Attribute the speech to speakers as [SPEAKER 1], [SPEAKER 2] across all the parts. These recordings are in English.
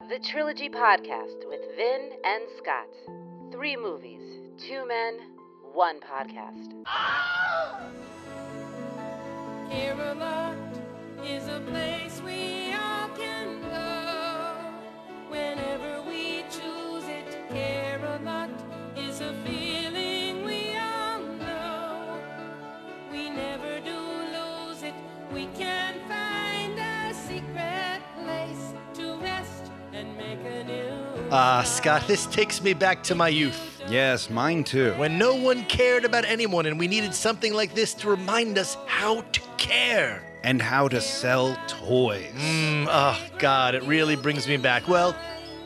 [SPEAKER 1] The Trilogy Podcast with Vin and Scott. Three movies, two men, one podcast.
[SPEAKER 2] Kerala is a place we all can go whenever we choose it. Kerala is a feeling we all know. We never do lose it. We can find a secret place to rest and make a new.
[SPEAKER 3] Ah, Scott, this takes me back to my youth
[SPEAKER 4] Yes, mine too.
[SPEAKER 3] when no one cared about anyone and we needed something like this to remind us how to care.
[SPEAKER 4] And how to sell toys.
[SPEAKER 3] Mm, oh, God, it really brings me back. Well,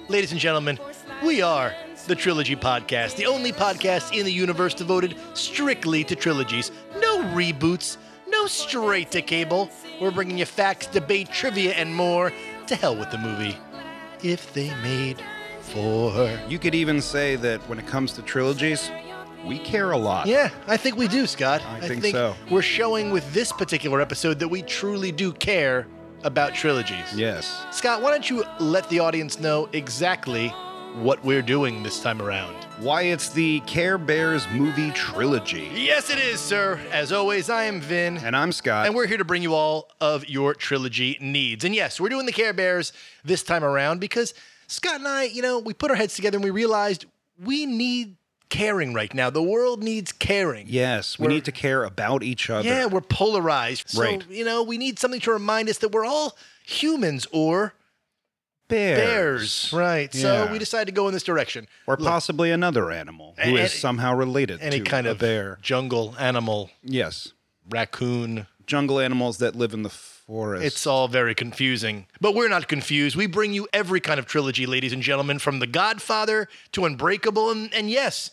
[SPEAKER 3] ladies and gentlemen, we are the Trilogy Podcast, the only podcast in the universe devoted strictly to trilogies. No reboots, no straight to cable. We're bringing you facts, debate, trivia, and more. To hell with the movie. If they made four.
[SPEAKER 4] You could even say that when it comes to trilogies, we care a lot.
[SPEAKER 3] Yeah, I think we do, Scott.
[SPEAKER 4] I think so.
[SPEAKER 3] We're showing with this particular episode that we truly do care about trilogies.
[SPEAKER 4] Yes.
[SPEAKER 3] Scott, why don't you let the audience know exactly what we're doing this time around?
[SPEAKER 4] Why it's the Care Bears movie trilogy.
[SPEAKER 3] Yes, it is, sir. As always, I am Vin.
[SPEAKER 4] And I'm Scott.
[SPEAKER 3] And we're here to bring you all of your trilogy needs. And yes, we're doing the Care Bears this time around because Scott and I, you know, we put our heads together and we realized we need caring right now. The world needs caring.
[SPEAKER 4] yes, we
[SPEAKER 3] We're-
[SPEAKER 4] need to care about each other.
[SPEAKER 3] Yeah, we're polarized. So,
[SPEAKER 4] Right.
[SPEAKER 3] you know, we need something to remind us that we're all humans or bears.
[SPEAKER 4] bears.
[SPEAKER 3] Right. So
[SPEAKER 4] Yeah.
[SPEAKER 3] we decided to go in this direction.
[SPEAKER 4] Or
[SPEAKER 3] Look,
[SPEAKER 4] possibly another animal who is
[SPEAKER 3] Any-
[SPEAKER 4] somehow related
[SPEAKER 3] any
[SPEAKER 4] to
[SPEAKER 3] kind
[SPEAKER 4] a
[SPEAKER 3] of
[SPEAKER 4] bear.
[SPEAKER 3] jungle animal,
[SPEAKER 4] Yes.
[SPEAKER 3] raccoon.
[SPEAKER 4] Jungle animals that live in the forest.
[SPEAKER 3] It's all very confusing. But we're not confused. We bring you every kind of trilogy, ladies and gentlemen, from The Godfather to Unbreakable and, and yes,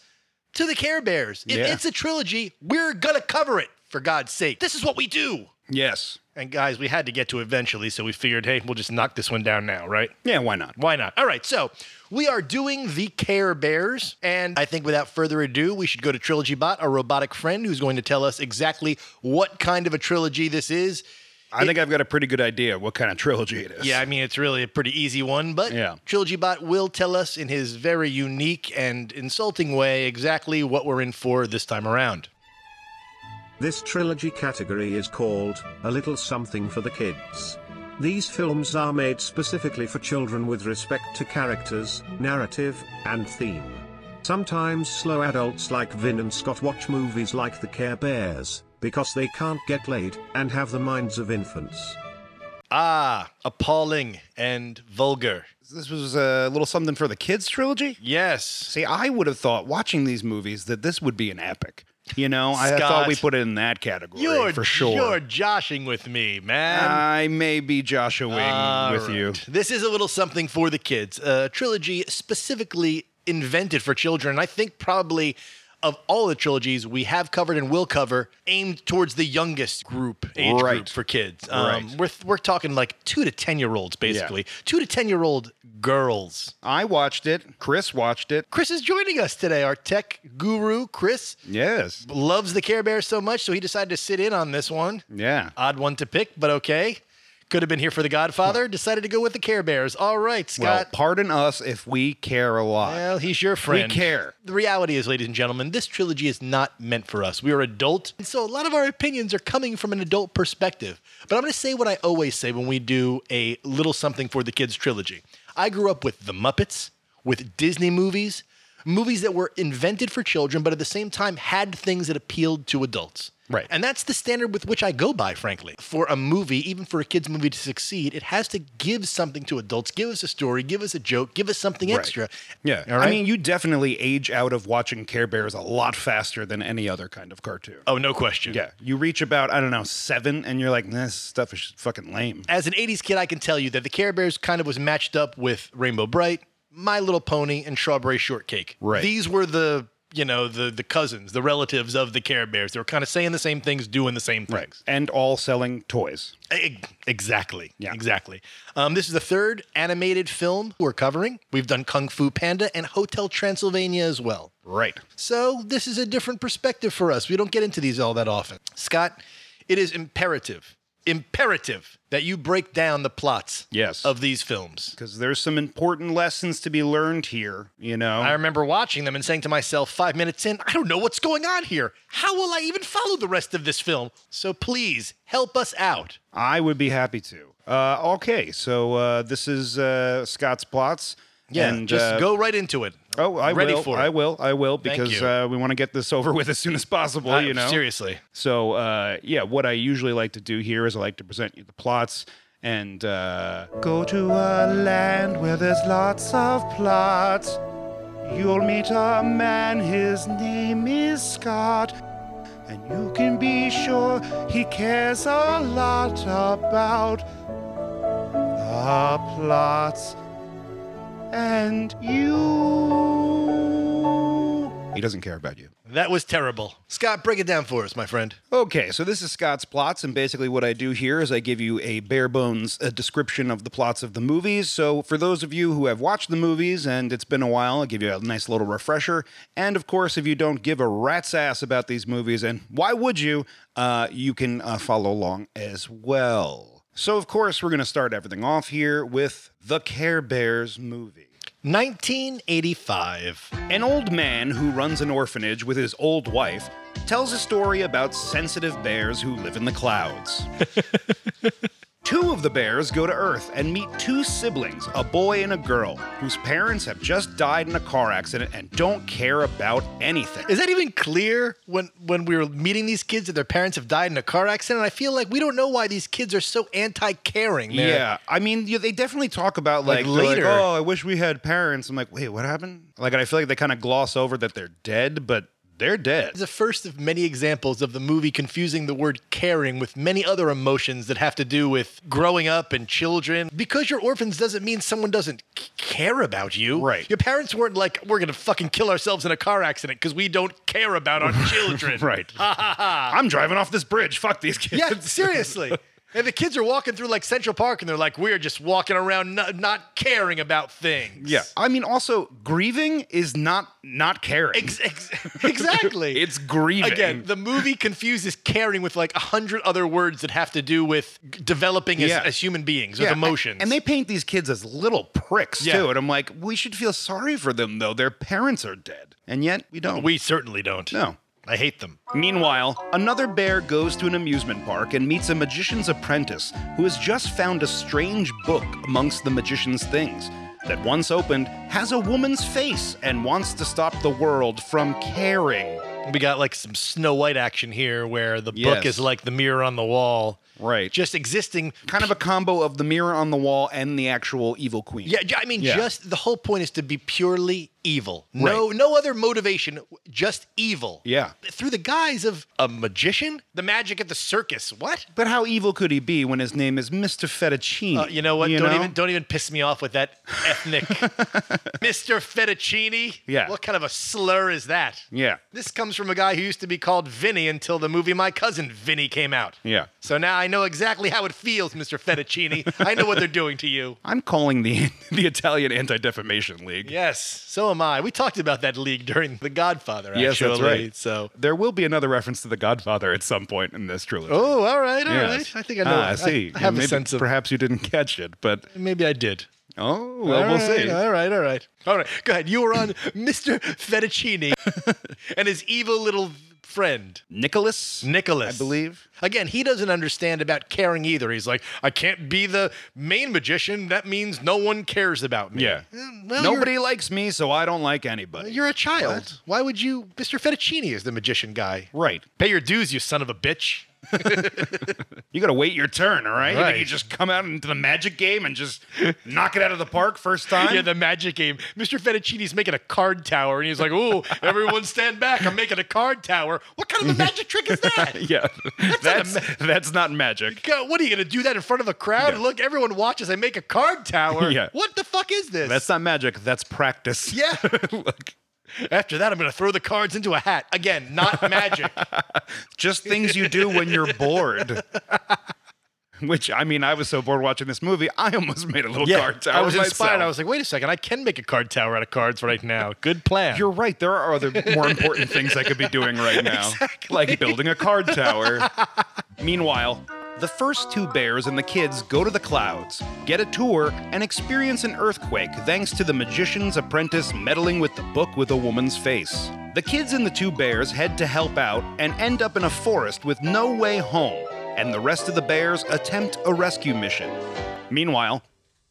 [SPEAKER 3] to the Care Bears. If
[SPEAKER 4] Yeah.
[SPEAKER 3] it's a trilogy, we're going to cover it, for God's sake. This is what we do.
[SPEAKER 4] yes.
[SPEAKER 3] And guys, we had to get to eventually, so we figured, hey, we'll just knock this one down now, right?
[SPEAKER 4] Yeah, why not?
[SPEAKER 3] Why not? All right, so we are doing the Care Bears, and I think without further ado, we should go to Trilogy Bot, our robotic friend, who's going to tell us exactly what kind of a trilogy this is.
[SPEAKER 4] I think I've got a pretty good idea what kind of trilogy it is.
[SPEAKER 3] Yeah, I mean it's really a pretty easy one, but
[SPEAKER 4] Yeah.
[SPEAKER 3] Trilogy Bot will tell us in his very unique and insulting way exactly what we're in for this time around.
[SPEAKER 5] This trilogy category is called A Little Something for the Kids. These films are made specifically for children with respect to characters, narrative, and theme. Sometimes slow adults like Vin and Scott watch movies like The Care Bears, because they can't get laid and have the minds of infants.
[SPEAKER 3] Ah, appalling and vulgar.
[SPEAKER 4] This was a little something for the kids trilogy?
[SPEAKER 3] Yes.
[SPEAKER 4] See, I would have thought watching these movies that this would be an epic. You know, I
[SPEAKER 3] Scott.
[SPEAKER 4] thought we put it in that category
[SPEAKER 3] You're
[SPEAKER 4] for sure. Ah.
[SPEAKER 3] You're joshing with me, man.
[SPEAKER 4] I may be Joshuaing
[SPEAKER 3] All
[SPEAKER 4] with you.
[SPEAKER 3] right. This is a little something for the kids. A trilogy specifically invented for children. I think probably of all the trilogies we have covered and will cover, aimed towards the youngest group, age group
[SPEAKER 4] Right.
[SPEAKER 3] for kids. Um,
[SPEAKER 4] Right.
[SPEAKER 3] We're we're talking like two to ten year olds, basically. Two to ten year old girls.
[SPEAKER 4] I watched it. Chris watched it.
[SPEAKER 3] Chris is joining us today. Our tech guru, Chris,
[SPEAKER 4] Yes.
[SPEAKER 3] loves the Care Bears so much, so he decided to sit in on this one
[SPEAKER 4] Yeah.
[SPEAKER 3] odd one to pick, but okay. Could have been here for The Godfather. Decided to go with the Care Bears. All right,
[SPEAKER 4] Well,
[SPEAKER 3] Scott. Well,
[SPEAKER 4] pardon us if we care a lot.
[SPEAKER 3] he's your friend.
[SPEAKER 4] care.
[SPEAKER 3] The reality is, ladies and gentlemen, this trilogy is not meant for us. We are adult, and so a lot of our opinions are coming from an adult perspective. But I'm going to say what I always say when we do a little something for the kids trilogy. I grew up with The Muppets, with Disney movies, movies that were invented for children, but at the same time had things that appealed to adults.
[SPEAKER 4] Right.
[SPEAKER 3] And that's the standard with which I go by, frankly. For a movie, even for a kid's movie to succeed, it has to give something to adults. Give us a story, give us a joke, give us something
[SPEAKER 4] Right.
[SPEAKER 3] extra.
[SPEAKER 4] yeah.
[SPEAKER 3] All right?
[SPEAKER 4] I mean, you definitely age out of watching Care Bears a lot faster than any other kind of cartoon.
[SPEAKER 3] oh, no question.
[SPEAKER 4] Yeah. You reach about, I don't know, seven, and you're like, this stuff is fucking lame.
[SPEAKER 3] As an 80s kid, I can tell you that the Care Bears kind of was matched up with Rainbow Bright, My Little Pony, and Strawberry Shortcake.
[SPEAKER 4] Right.
[SPEAKER 3] These were the, you know, the the cousins, the relatives of the Care Bears. They were kind of saying the same things, doing the same things.
[SPEAKER 4] And all selling toys.
[SPEAKER 3] E- Exactly.
[SPEAKER 4] Yeah.
[SPEAKER 3] Exactly. Um, this is the third animated film we're covering. We've done Kung Fu Panda and Hotel Transylvania as well.
[SPEAKER 4] Right.
[SPEAKER 3] So this is a different perspective for us. We don't get into these all that often. Scott, it is imperative imperative that you break down the plots
[SPEAKER 4] Yes.
[SPEAKER 3] of these films.
[SPEAKER 4] Because there's some important lessons to be learned here, you know?
[SPEAKER 3] I remember watching them and saying to myself, five minutes in, I don't know what's going on here. How will I even follow the rest of this film? So please help us out.
[SPEAKER 4] I would be happy to. Uh, okay, so uh, this is uh, Scott's Plots. and,
[SPEAKER 3] just
[SPEAKER 4] uh,
[SPEAKER 3] go right into it.
[SPEAKER 4] Oh, I
[SPEAKER 3] ready
[SPEAKER 4] will.
[SPEAKER 3] for it.
[SPEAKER 4] I will. I will
[SPEAKER 3] Thank
[SPEAKER 4] because
[SPEAKER 3] you.
[SPEAKER 4] uh, we want to get this over with as soon as possible.
[SPEAKER 3] I-
[SPEAKER 4] you know,
[SPEAKER 3] Uh, seriously.
[SPEAKER 4] So, uh, yeah, what I usually like to do here is I like to present you the plots and uh, go to a land where there's lots of plots. You'll meet a man, his name is Scott, and you can be sure he cares a lot about the plots and you. He doesn't care about you.
[SPEAKER 3] That was terrible. Scott, break it down for us, my friend.
[SPEAKER 4] Okay, so this is Scott's plots, and basically what I do here is I give you a bare bones uh description of the plots of the movies. So for those of you who have watched the movies and it's been a while, I'll give you a nice little refresher. And of course, if you don't give a rat's ass about these movies, and why would you? Uh, you can uh, follow along as well. So of course, we're going to start everything off here with the Care Bears movie.
[SPEAKER 3] 1985.
[SPEAKER 4] An old man who runs an orphanage with his old wife tells a story about sensitive bears who live in the clouds. two of the bears go to Earth and meet two siblings, a boy and a girl, whose parents have just died in a car accident and don't care about anything.
[SPEAKER 3] Is that even clear when when we were meeting these kids that their parents have died in a car accident? I feel like we don't know why these kids are so anti-caring. They're-
[SPEAKER 4] Yeah, I mean, yeah, they definitely talk about like,
[SPEAKER 3] Like,
[SPEAKER 4] they're
[SPEAKER 3] later.
[SPEAKER 4] oh, I wish we had parents. I'm like, wait, what happened? Like, and I feel like they kind of gloss over that they're dead, but they're dead.
[SPEAKER 3] It's the first of many examples of the movie confusing the word caring with many other emotions that have to do with growing up and children. Because you're orphans doesn't mean someone doesn't c- care about you.
[SPEAKER 4] Right.
[SPEAKER 3] Your parents weren't like, we're going to fucking kill ourselves in a car accident because we don't care about our children.
[SPEAKER 4] Right. I'm driving off this bridge. Fuck these kids.
[SPEAKER 3] Yeah, seriously. And the kids are walking through like Central Park and they're like, we're just walking around not, not caring about things.
[SPEAKER 4] Yeah. I mean, also grieving is not not caring.
[SPEAKER 3] Ex- ex- exactly.
[SPEAKER 4] It's grieving.
[SPEAKER 3] Again, the movie confuses caring with like a hundred other words that have to do with g- developing as,
[SPEAKER 4] Yeah.
[SPEAKER 3] as human beings,
[SPEAKER 4] Yeah,
[SPEAKER 3] with emotions.
[SPEAKER 4] And they paint these kids as little pricks
[SPEAKER 3] Yeah.
[SPEAKER 4] too. And I'm like, we should feel sorry for them though. Their parents are dead, and yet we don't.
[SPEAKER 3] we certainly don't.
[SPEAKER 4] no.
[SPEAKER 3] I hate them.
[SPEAKER 4] Meanwhile, another bear goes to an amusement park and meets a magician's apprentice who has just found a strange book amongst the magician's things that, once opened, has a woman's face and wants to stop the world from caring.
[SPEAKER 3] We got like some Snow White action here where the
[SPEAKER 4] Yes.
[SPEAKER 3] book is like the mirror on the wall.
[SPEAKER 4] Right.
[SPEAKER 3] Just existing.
[SPEAKER 4] kind of a combo of the mirror on the wall and the actual evil queen.
[SPEAKER 3] Yeah, j- I mean,
[SPEAKER 4] Yeah.
[SPEAKER 3] just the whole point is to be purely evil. No, no other motivation, just evil.
[SPEAKER 4] Yeah.
[SPEAKER 3] Through the guise of a magician, the magic at the circus. What?
[SPEAKER 4] But how evil could he be when his name is Mr. Fettuccine?
[SPEAKER 3] Uh, you know what? don't
[SPEAKER 4] know?
[SPEAKER 3] even don't even piss me off with that ethnic Mr. Fettuccini.
[SPEAKER 4] Yeah.
[SPEAKER 3] What kind of a slur is that?
[SPEAKER 4] Yeah.
[SPEAKER 3] This comes from a guy who used to be called Vinny until the movie My Cousin Vinny came out.
[SPEAKER 4] Yeah.
[SPEAKER 3] So now I know exactly how it feels, Mr. Fettuccini. I know what they're doing to you.
[SPEAKER 4] I'm calling the the Italian Anti Defamation League.
[SPEAKER 3] Yes, so am I. We talked about that league during The Godfather, actually.
[SPEAKER 4] Yes, that's right.
[SPEAKER 3] So
[SPEAKER 4] There will be another reference to The Godfather at some point in this trilogy.
[SPEAKER 3] Oh, all right, all right.
[SPEAKER 4] Yes.
[SPEAKER 3] I think I know.
[SPEAKER 4] Ah, I see.
[SPEAKER 3] I have
[SPEAKER 4] Maybe-
[SPEAKER 3] a sense of
[SPEAKER 4] Perhaps you didn't catch it, but
[SPEAKER 3] maybe I did.
[SPEAKER 4] oh, well,
[SPEAKER 3] All
[SPEAKER 4] we'll
[SPEAKER 3] right,
[SPEAKER 4] see.
[SPEAKER 3] All right, all right. All right, go ahead. You were on Mr. Fettuccini and his evil little friend,
[SPEAKER 4] Nicholas?
[SPEAKER 3] Nicholas.
[SPEAKER 4] I believe.
[SPEAKER 3] Again, he doesn't understand about caring either. He's like, I can't be the main magician. That means no one cares about me.
[SPEAKER 4] Yeah.
[SPEAKER 3] Eh, Well,
[SPEAKER 4] Nobody likes me, so I don't like anybody.
[SPEAKER 3] You're, you're a child. Why would you? Mr. Fettuccini is the magician guy.
[SPEAKER 4] right.
[SPEAKER 3] Pay your dues, you son of a bitch.
[SPEAKER 4] You gotta wait your turn, all right? You
[SPEAKER 3] Right.
[SPEAKER 4] think you just come out into the magic game and just knock it out of the park first time?
[SPEAKER 3] Yeah, the magic game. Mr. Fettuccine's making a card tower, and he's like, "Ooh, everyone stand back! I'm making a card tower. What kind of a magic trick is that?
[SPEAKER 4] yeah.
[SPEAKER 3] not a
[SPEAKER 4] That's that's not magic.
[SPEAKER 3] God, what are you gonna do that in front of a crowd? Look, everyone watches. I make a card tower.
[SPEAKER 4] Yeah.
[SPEAKER 3] What the fuck is this?
[SPEAKER 4] That's not magic. That's practice.
[SPEAKER 3] yeah.
[SPEAKER 4] Look,
[SPEAKER 3] After that, I'm gonna throw the cards into a hat. Again, not magic.
[SPEAKER 4] just things you do when you're bored. Which I mean, I was so bored watching this movie, I almost made a little card tower.
[SPEAKER 3] I was inspired.
[SPEAKER 4] myself.
[SPEAKER 3] I was like, wait a second, I can make a card tower out of cards right now. Good plan.
[SPEAKER 4] You're right. There are other more important things I could be doing right now, like building a card tower. Meanwhile, The first two bears and the kids go to the clouds, get a tour, and experience an earthquake thanks to the magician's apprentice meddling with the book with a woman's face. The kids and the two bears head to help out and end up in a forest with no way home, and the rest of the bears attempt a rescue mission. Meanwhile,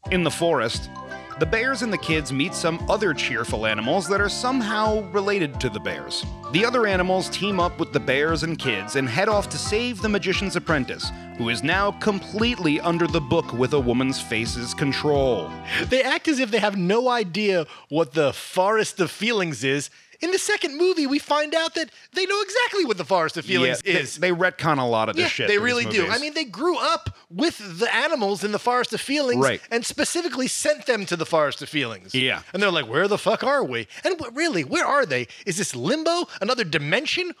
[SPEAKER 4] in the forest, the bears and the kids meet some other cheerful animals that are somehow related to the bears. The other animals team up with the bears and kids and head off to save the magician's apprentice, who is now completely under the book with a woman's face's control.
[SPEAKER 3] They act as if they have no idea what the forest of feelings is. In the second movie, we find out that they know exactly what the forest of feelings
[SPEAKER 4] Yeah, they-
[SPEAKER 3] is.
[SPEAKER 4] They, retcon a lot of this
[SPEAKER 3] Yeah,
[SPEAKER 4] shit.
[SPEAKER 3] They
[SPEAKER 4] in these
[SPEAKER 3] really do. I
[SPEAKER 4] movies.
[SPEAKER 3] mean, they grew up with the animals in the Forest of Feelings
[SPEAKER 4] Right.
[SPEAKER 3] and specifically sent them to the Forest of Feelings.
[SPEAKER 4] Yeah.
[SPEAKER 3] And they're like, where the fuck are we? And wh- really, where are they? Is this limbo? Another dimension?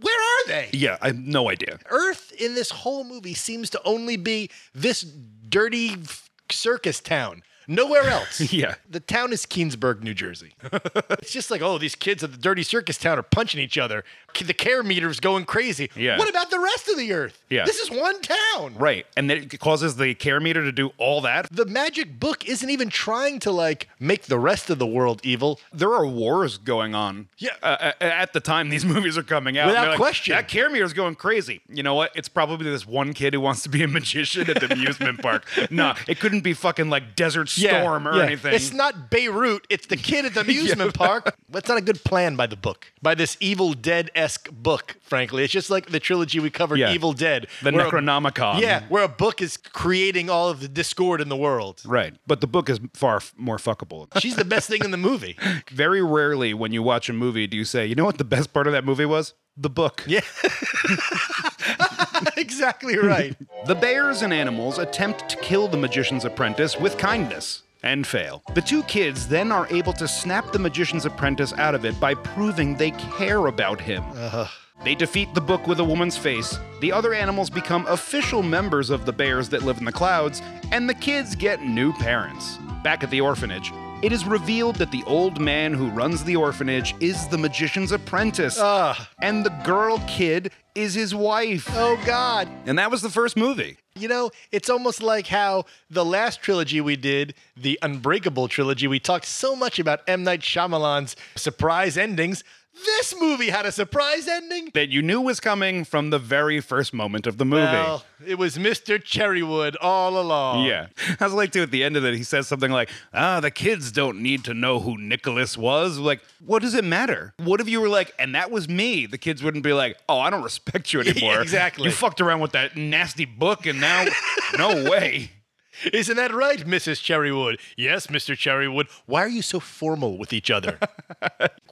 [SPEAKER 3] Where are they?
[SPEAKER 4] yeah, I have no idea.
[SPEAKER 3] Earth in this whole movie seems to only be this dirty f- circus town. Nowhere else.
[SPEAKER 4] Yeah.
[SPEAKER 3] The town is Keensburg, New Jersey. it's just like, oh, these kids at the dirty circus town are punching each other. The care meter's going crazy.
[SPEAKER 4] Yeah.
[SPEAKER 3] What about the rest of the earth?
[SPEAKER 4] Yeah.
[SPEAKER 3] This is one town.
[SPEAKER 4] Right, and then it causes the care meter to do all that.
[SPEAKER 3] The magic book isn't even trying to like make the rest of the world evil.
[SPEAKER 4] There are wars going on.
[SPEAKER 3] Yeah.
[SPEAKER 4] uh, uh, at the time these movies are coming out.
[SPEAKER 3] Without
[SPEAKER 4] And they're like,
[SPEAKER 3] question.
[SPEAKER 4] That care meter's going crazy. You know what? It's probably this one kid who wants to be a magician at the amusement park. No, it couldn't be fucking like Desert Storm or
[SPEAKER 3] yeah.
[SPEAKER 4] anything.
[SPEAKER 3] It's not Beirut. It's the kid at the amusement park. That's not a good plan by the book, by this Evil Dead esque book. Frankly, it's just like the trilogy we covered,
[SPEAKER 4] Yeah.
[SPEAKER 3] Evil Dead,
[SPEAKER 4] The
[SPEAKER 3] where a-
[SPEAKER 4] Necronomicon.
[SPEAKER 3] yeah, where a book is creating all of the discord in the world.
[SPEAKER 4] Right, but the book is far f- more fuckable.
[SPEAKER 3] She's the best thing in the movie.
[SPEAKER 4] Very rarely, when you watch a movie, do you say, "You know what the best part of that movie was? The book."
[SPEAKER 3] Yeah, exactly right.
[SPEAKER 4] The bears and animals attempt to kill the magician's apprentice with kindness and fail. The two kids then are able to snap the magician's apprentice out of it by proving they care about him. They defeat the book with a woman's face, the other animals become official members of the bears that live in the clouds, and the kids get new parents. Back at the orphanage, it is revealed that the old man who runs the orphanage is the magician's apprentice, and the girl kid is his wife.
[SPEAKER 3] Oh God.
[SPEAKER 4] And that was the first movie.
[SPEAKER 3] You know, it's almost like how the last trilogy we did, the Unbreakable trilogy, we talked so much about M. Night Shyamalan's surprise endings. This movie had a surprise ending.
[SPEAKER 4] that you knew was coming from the very first moment of the movie.
[SPEAKER 3] Well, it was Mr. Cherrywood all along.
[SPEAKER 4] yeah. I was like, too, at the end of it, he says something like, ah, the kids don't need to know who Nicholas was. Like, what does it matter? What if you were like, and that was me? The kids wouldn't be like, oh, I don't respect you anymore.
[SPEAKER 3] exactly.
[SPEAKER 4] You fucked around with that nasty book, and now, no way.
[SPEAKER 3] Isn't that right, Mrs. Cherrywood? Yes, Mr. Cherrywood. Why are you so formal with each other?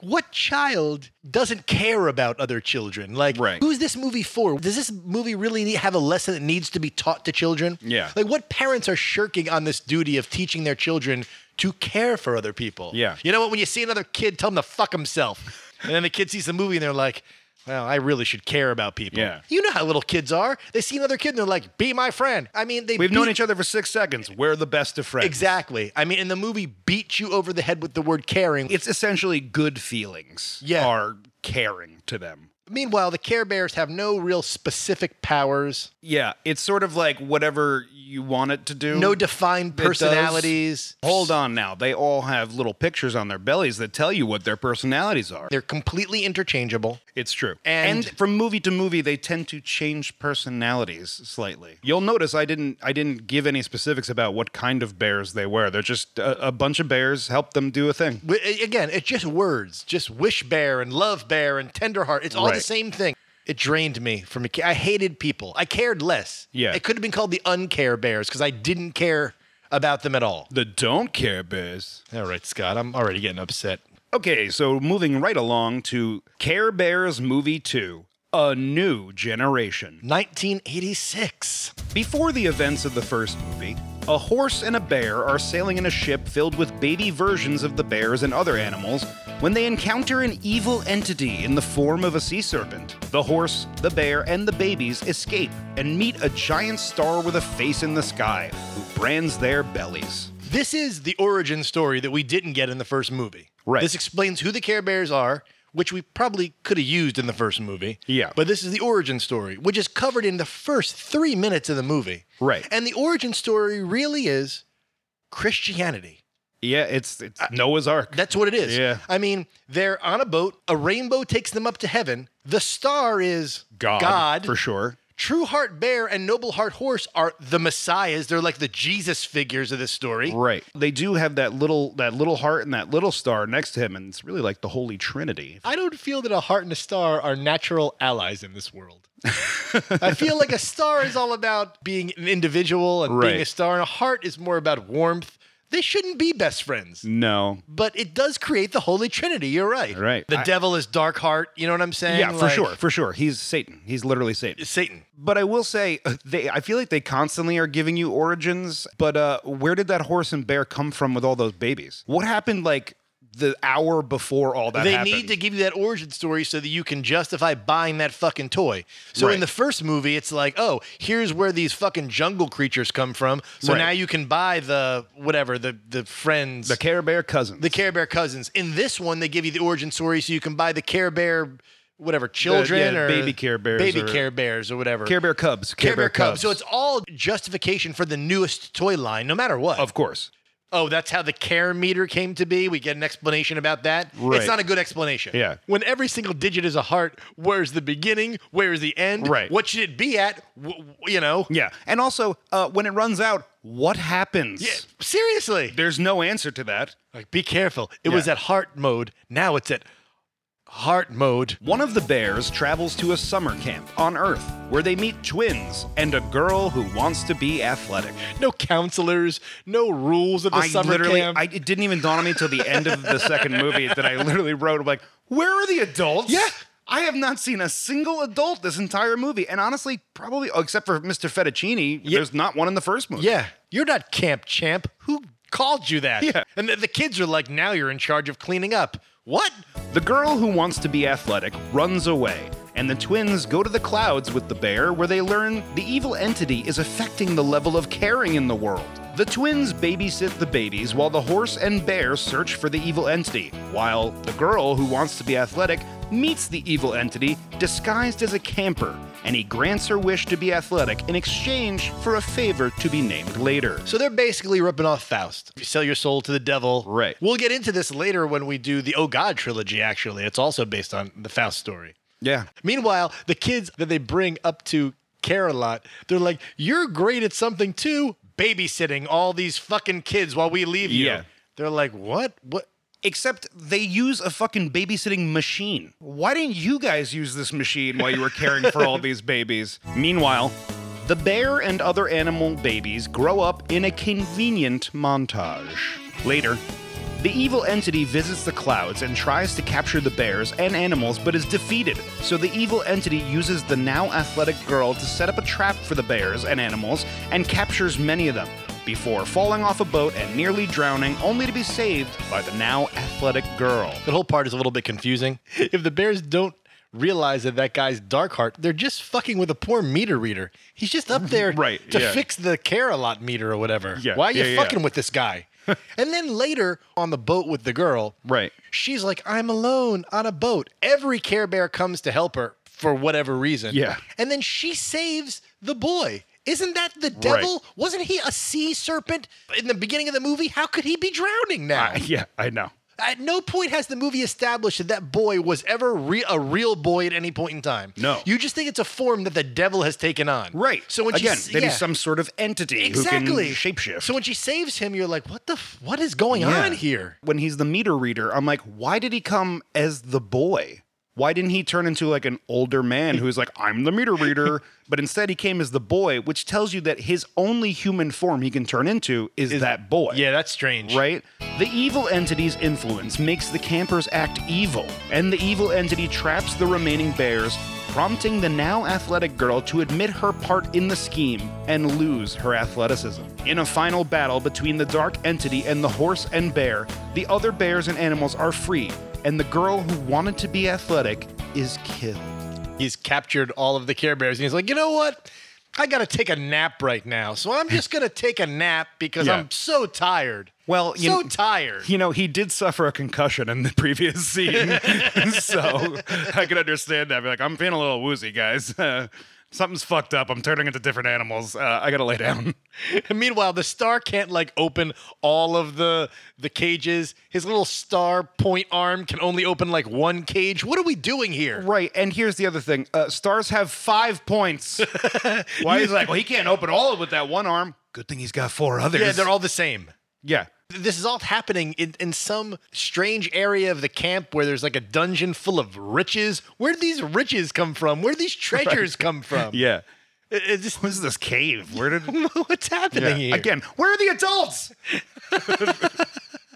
[SPEAKER 3] what child doesn't care about other children? Like,
[SPEAKER 4] Right.
[SPEAKER 3] who's this movie for? Does this movie really need, have a lesson that needs to be taught to children?
[SPEAKER 4] Yeah.
[SPEAKER 3] Like, what parents are shirking on this duty of teaching their children to care for other people?
[SPEAKER 4] Yeah.
[SPEAKER 3] You know what? When you see another kid, tell him to fuck himself. And then the kid sees the movie and they're like, well, I really should care about people.
[SPEAKER 4] Yeah.
[SPEAKER 3] You know how little kids are. They see another kid and they're like, be my friend. I mean, they
[SPEAKER 4] We've known
[SPEAKER 3] beat-
[SPEAKER 4] each other for six seconds. We're the best of friends.
[SPEAKER 3] Exactly. I mean, in the movie, beat you over the head with the word caring.
[SPEAKER 4] It's essentially good feelings
[SPEAKER 3] Yeah.
[SPEAKER 4] are caring to them.
[SPEAKER 3] Meanwhile, the Care Bears have no real specific powers,
[SPEAKER 4] Yeah, it's sort of like whatever you want it to do.
[SPEAKER 3] no defined
[SPEAKER 4] It does.
[SPEAKER 3] personalities.
[SPEAKER 4] Hold on now. They all have little pictures on their bellies that tell you what their personalities are.
[SPEAKER 3] They're completely interchangeable.
[SPEAKER 4] It's true.
[SPEAKER 3] And-
[SPEAKER 4] from movie to movie they tend to change personalities slightly. You'll notice I didn't I didn't give any specifics about what kind of bears they were. They're just a, a bunch of bears help them do a thing.
[SPEAKER 3] Wi- a- Again, it's just words, just wish bear and love bear and tender heart. It's all the
[SPEAKER 4] Right.
[SPEAKER 3] same thing. It drained me from. a ca- I hated people. I cared less.
[SPEAKER 4] Yeah.
[SPEAKER 3] It could have been called the uncare bears because I didn't care about them at all.
[SPEAKER 4] The don't care bears.
[SPEAKER 3] All right, Scott, I'm already getting upset.
[SPEAKER 4] Okay, so moving right along to Care Bears Movie 2, A New Generation.
[SPEAKER 3] 1986.
[SPEAKER 4] Before the events of the first movie, a horse and a bear are sailing in a ship filled with baby versions of the bears and other animals when they encounter an evil entity in the form of a sea serpent. The horse, the bear, and the babies escape and meet a giant star with a face in the sky who brands their bellies.
[SPEAKER 3] This is the origin story that we didn't get in the first movie.
[SPEAKER 4] Right.
[SPEAKER 3] This explains who the Care Bears are, which we probably could have used in the first movie.
[SPEAKER 4] Yeah.
[SPEAKER 3] But this is the origin story, which is covered in the first three minutes of the movie.
[SPEAKER 4] Right.
[SPEAKER 3] And the origin story really is Christianity.
[SPEAKER 4] Yeah, it's, it's Noah's Ark.
[SPEAKER 3] That's what it is.
[SPEAKER 4] Yeah.
[SPEAKER 3] I mean, they're on a boat. A rainbow takes them up to heaven. The star is God.
[SPEAKER 4] for sure.
[SPEAKER 3] True Heart Bear and Noble Heart Horse are the messiahs. They're like the Jesus figures of this story.
[SPEAKER 4] Right. They do have that little that little heart and that little star next to him, and it's really like the Holy Trinity.
[SPEAKER 3] I don't feel that a heart and a star are natural allies in this world. I feel like a star is all about being an individual and being
[SPEAKER 4] Right.
[SPEAKER 3] a star, and a heart is more about warmth. They shouldn't be best friends,
[SPEAKER 4] No.
[SPEAKER 3] but it does create the Holy Trinity. You're right.
[SPEAKER 4] Right.
[SPEAKER 3] The
[SPEAKER 4] I-
[SPEAKER 3] devil is dark heart. You know what I'm saying?
[SPEAKER 4] Yeah, for
[SPEAKER 3] Like,
[SPEAKER 4] sure, for sure. He's Satan. He's literally Satan.
[SPEAKER 3] Satan.
[SPEAKER 4] But I will say, uh, they I feel like they constantly are giving you origins. But uh, where did that horse and bear come from with all those babies? What happened like the hour before all that?
[SPEAKER 3] they
[SPEAKER 4] happened?
[SPEAKER 3] need to give you that origin story so that you can justify buying that fucking toy. So in
[SPEAKER 4] Right.
[SPEAKER 3] the first movie, it's like, oh, here's where these fucking jungle creatures come from. So
[SPEAKER 4] Right.
[SPEAKER 3] now you can buy the whatever the the friends,
[SPEAKER 4] the Care Bear cousins.
[SPEAKER 3] the Care Bear cousins. In this one, they give you the origin story so you can buy the Care Bear whatever children
[SPEAKER 4] yeah,
[SPEAKER 3] or
[SPEAKER 4] baby Care Bears
[SPEAKER 3] baby
[SPEAKER 4] or-
[SPEAKER 3] Care Bears or whatever
[SPEAKER 4] Care Bear Cubs.
[SPEAKER 3] Care Bear Cubs. So it's all justification for the newest toy line, no matter what.
[SPEAKER 4] of course.
[SPEAKER 3] oh, that's how the care meter came to be. We get an explanation about that.
[SPEAKER 4] Right.
[SPEAKER 3] It's not a good explanation.
[SPEAKER 4] Yeah.
[SPEAKER 3] When every single digit is a heart, where's the beginning? Where's the end?
[SPEAKER 4] Right.
[SPEAKER 3] What should it be at? W- w- you know?
[SPEAKER 4] Yeah, and also uh, when it runs out, what happens?
[SPEAKER 3] Yeah, Seriously.
[SPEAKER 4] There's no answer to that.
[SPEAKER 3] Like, be careful. It was
[SPEAKER 4] Yeah.
[SPEAKER 3] at heart mode. Now it's at heart mode.
[SPEAKER 4] One of the bears travels to a summer camp on Earth where they meet twins and a girl who wants to be athletic.
[SPEAKER 3] No counselors, no rules at the
[SPEAKER 4] I
[SPEAKER 3] summer
[SPEAKER 4] literally,
[SPEAKER 3] camp.
[SPEAKER 4] I, it didn't even dawn on me till the end of the second movie that I literally wrote, I'm like, where are the adults?
[SPEAKER 3] Yeah.
[SPEAKER 4] I have not seen a single adult this entire movie. And honestly, probably, oh, except for Mr. Fettuccini, there's not one in the first movie.
[SPEAKER 3] yeah. You're not camp champ. Who called you that?
[SPEAKER 4] Yeah.
[SPEAKER 3] And the, the kids are like, now you're in charge of cleaning up. What?
[SPEAKER 4] The girl who wants to be athletic runs away, and the twins go to the clouds with the bear where they learn the evil entity is affecting the level of caring in the world. The twins babysit the babies while the horse and bear search for the evil entity, while the girl who wants to be athletic meets the evil entity disguised as a camper, and he grants her wish to be athletic in exchange for a favor to be named later.
[SPEAKER 3] So they're basically ripping off Faust. You sell your soul to the devil.
[SPEAKER 4] Right.
[SPEAKER 3] We'll get into this later when we do the Oh God trilogy, actually. It's also based on the Faust story.
[SPEAKER 4] Yeah.
[SPEAKER 3] Meanwhile, the kids that they bring up to care a lot, they're like, You're great at something too, babysitting all these fucking kids while we leave you.
[SPEAKER 4] Yeah.
[SPEAKER 3] They're like, What? What?
[SPEAKER 4] Except they use a fucking babysitting machine. Why didn't you guys use this machine while you were caring for all these babies? Meanwhile, the bear and other animal babies grow up in a convenient montage. Later, the evil entity visits the clouds and tries to capture the bears and animals, but is defeated. So the evil entity uses the now athletic girl to set up a trap for the bears and animals and captures many of them before falling off a boat and nearly drowning, only to be saved by the now athletic girl.
[SPEAKER 3] The whole part is a little bit confusing. If the Bears don't realize that that guy's dark heart, they're just fucking with a poor meter reader. He's just up there
[SPEAKER 4] Right,
[SPEAKER 3] to
[SPEAKER 4] yeah.
[SPEAKER 3] fix the care a lot meter or whatever.
[SPEAKER 4] Yeah,
[SPEAKER 3] Why are you
[SPEAKER 4] yeah, yeah.
[SPEAKER 3] fucking with this guy? and then later on the boat with the girl,
[SPEAKER 4] Right.
[SPEAKER 3] she's like, I'm alone on a boat. Every Care Bear comes to help her for whatever reason.
[SPEAKER 4] Yeah.
[SPEAKER 3] And then she saves the boy. Isn't that the devil? Wasn't he a sea serpent in the beginning of the movie? How could he be drowning now?
[SPEAKER 4] yeah, I know.
[SPEAKER 3] At no point has the movie established that that boy was ever re- a real boy at any point in time.
[SPEAKER 4] No.
[SPEAKER 3] you just think it's a form that the devil has taken on.
[SPEAKER 4] Right.
[SPEAKER 3] So when
[SPEAKER 4] again,
[SPEAKER 3] she,
[SPEAKER 4] maybe
[SPEAKER 3] yeah.
[SPEAKER 4] some sort of entity
[SPEAKER 3] exactly
[SPEAKER 4] who can shapeshift.
[SPEAKER 3] So when she saves him, you're like, what the? F- what is going
[SPEAKER 4] Yeah.
[SPEAKER 3] on here?
[SPEAKER 4] when he's the meter reader, I'm like, why did he come as the boy? Why didn't he turn into like an older man who's like, I'm the meter reader? But instead, he came as the boy, which tells you that his only human form he can turn into is, that boy.
[SPEAKER 3] Yeah, that's strange.
[SPEAKER 4] Right? The evil entity's influence makes the campers act evil, and the evil entity traps the remaining bears, prompting the now athletic girl to admit her part in the scheme and lose her athleticism. In a final battle between the dark entity and the horse and bear, the other bears and animals are free, and the girl who wanted to be athletic is killed.
[SPEAKER 3] He's captured all of the Care Bears, and he's like, you know what? I got to take a nap right now. So I'm just going to take a nap because
[SPEAKER 4] Yeah.
[SPEAKER 3] I'm so tired.
[SPEAKER 4] Well, you
[SPEAKER 3] so
[SPEAKER 4] kn-
[SPEAKER 3] tired.
[SPEAKER 4] You know, he did suffer a concussion in the previous scene, so I can understand that. Be like, I'm feeling a little woozy, guys. Uh, something's fucked up. I'm turning into different animals. Uh, I gotta lay down.
[SPEAKER 3] And meanwhile, the star can't like open all of the the cages. His little star point arm can only open like one cage. What are we doing here?
[SPEAKER 4] Right, and here's the other thing: uh, stars have five points. Why he's like, well, he can't open all with that one arm. Good thing he's got four others.
[SPEAKER 3] Yeah, they're all the same.
[SPEAKER 4] yeah.
[SPEAKER 3] This is all happening in, in some strange area of the camp where there's like a dungeon full of riches. Where did these riches come from? Where did these treasures come from?
[SPEAKER 4] Yeah.
[SPEAKER 3] It- it just-
[SPEAKER 4] What is this cave? Where did
[SPEAKER 3] what's happening
[SPEAKER 4] Yeah.
[SPEAKER 3] here?
[SPEAKER 4] again? Where are the adults?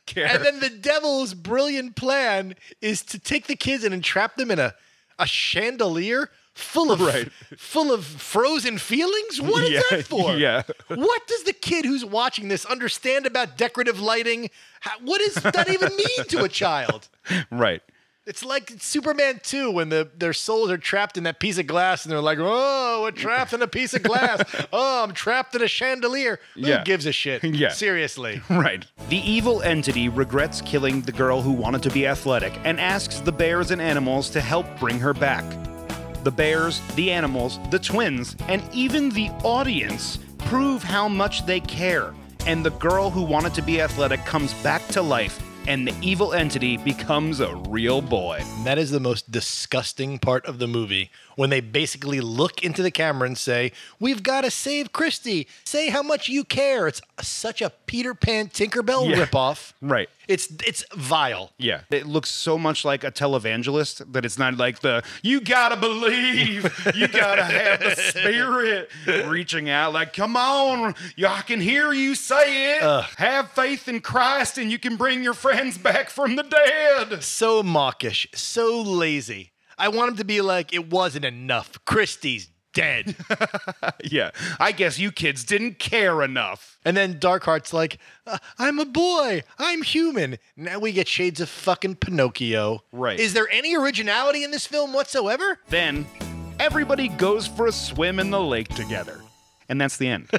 [SPEAKER 4] Care.
[SPEAKER 3] And then the devil's brilliant plan is to take the kids and entrap them in a, a chandelier full of
[SPEAKER 4] Right.
[SPEAKER 3] full of frozen feelings. What is
[SPEAKER 4] Yeah,
[SPEAKER 3] that for?
[SPEAKER 4] yeah.
[SPEAKER 3] What does the kid who's watching this understand about decorative lighting? How, what does that even mean to a child?
[SPEAKER 4] right.
[SPEAKER 3] It's like Superman 2 when the, their souls are trapped in that piece of glass and they're like, oh, we're trapped in a piece of glass. oh, I'm trapped in a chandelier.
[SPEAKER 4] Yeah.
[SPEAKER 3] Who gives a shit?
[SPEAKER 4] Yeah.
[SPEAKER 3] Seriously.
[SPEAKER 4] Right. The evil entity regrets killing the girl who wanted to be athletic and asks the bears and animals to help bring her back. The bears, the animals, the twins, and even the audience prove how much they care. And the girl who wanted to be athletic comes back to life, and the evil entity becomes a real boy.
[SPEAKER 3] And that is the most disgusting part of the movie when they basically look into the camera and say, We've got to save Christy. Say how much you care. It's such a Peter Pan Tinkerbell
[SPEAKER 4] Yeah.
[SPEAKER 3] ripoff.
[SPEAKER 4] Right.
[SPEAKER 3] It's it's vile.
[SPEAKER 4] Yeah. It looks so much like a televangelist that it's not like the you gotta believe, you gotta have the spirit reaching out, like, come on, y- I can hear you say it. Have faith in Christ and you can bring your friends back from the dead.
[SPEAKER 3] So mawkish, so lazy. I want him to be like, it wasn't enough. Christy's dead.
[SPEAKER 4] Yeah. I guess you kids didn't care enough.
[SPEAKER 3] and then Darkheart's like, "Uh, I'm a boy. I'm human. Now we get shades of fucking Pinocchio.
[SPEAKER 4] Right.
[SPEAKER 3] Is there any originality in this film whatsoever?
[SPEAKER 4] Then everybody goes for a swim in the lake together. And that's the end.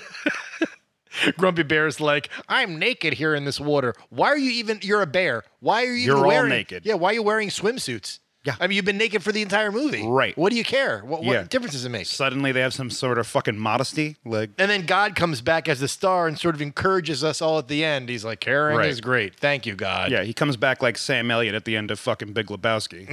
[SPEAKER 3] Grumpy Bear's like, I'm naked here in this water. Why are you even? You're a bear. Why are you? even
[SPEAKER 4] You're all
[SPEAKER 3] wearing,
[SPEAKER 4] naked.
[SPEAKER 3] Yeah. Why are you wearing swimsuits?
[SPEAKER 4] Yeah.
[SPEAKER 3] I mean, you've been naked for the entire movie.
[SPEAKER 4] Right.
[SPEAKER 3] What do you care? What, what
[SPEAKER 4] Yeah.
[SPEAKER 3] difference does it make?
[SPEAKER 4] Suddenly they have some sort of fucking modesty. Like
[SPEAKER 3] And then God comes back as the star and sort of encourages us all at the end. He's like, caring
[SPEAKER 4] Right.
[SPEAKER 3] is great. Thank you, God.
[SPEAKER 4] Yeah, he comes back like Sam Elliott at the end of fucking Big Lebowski,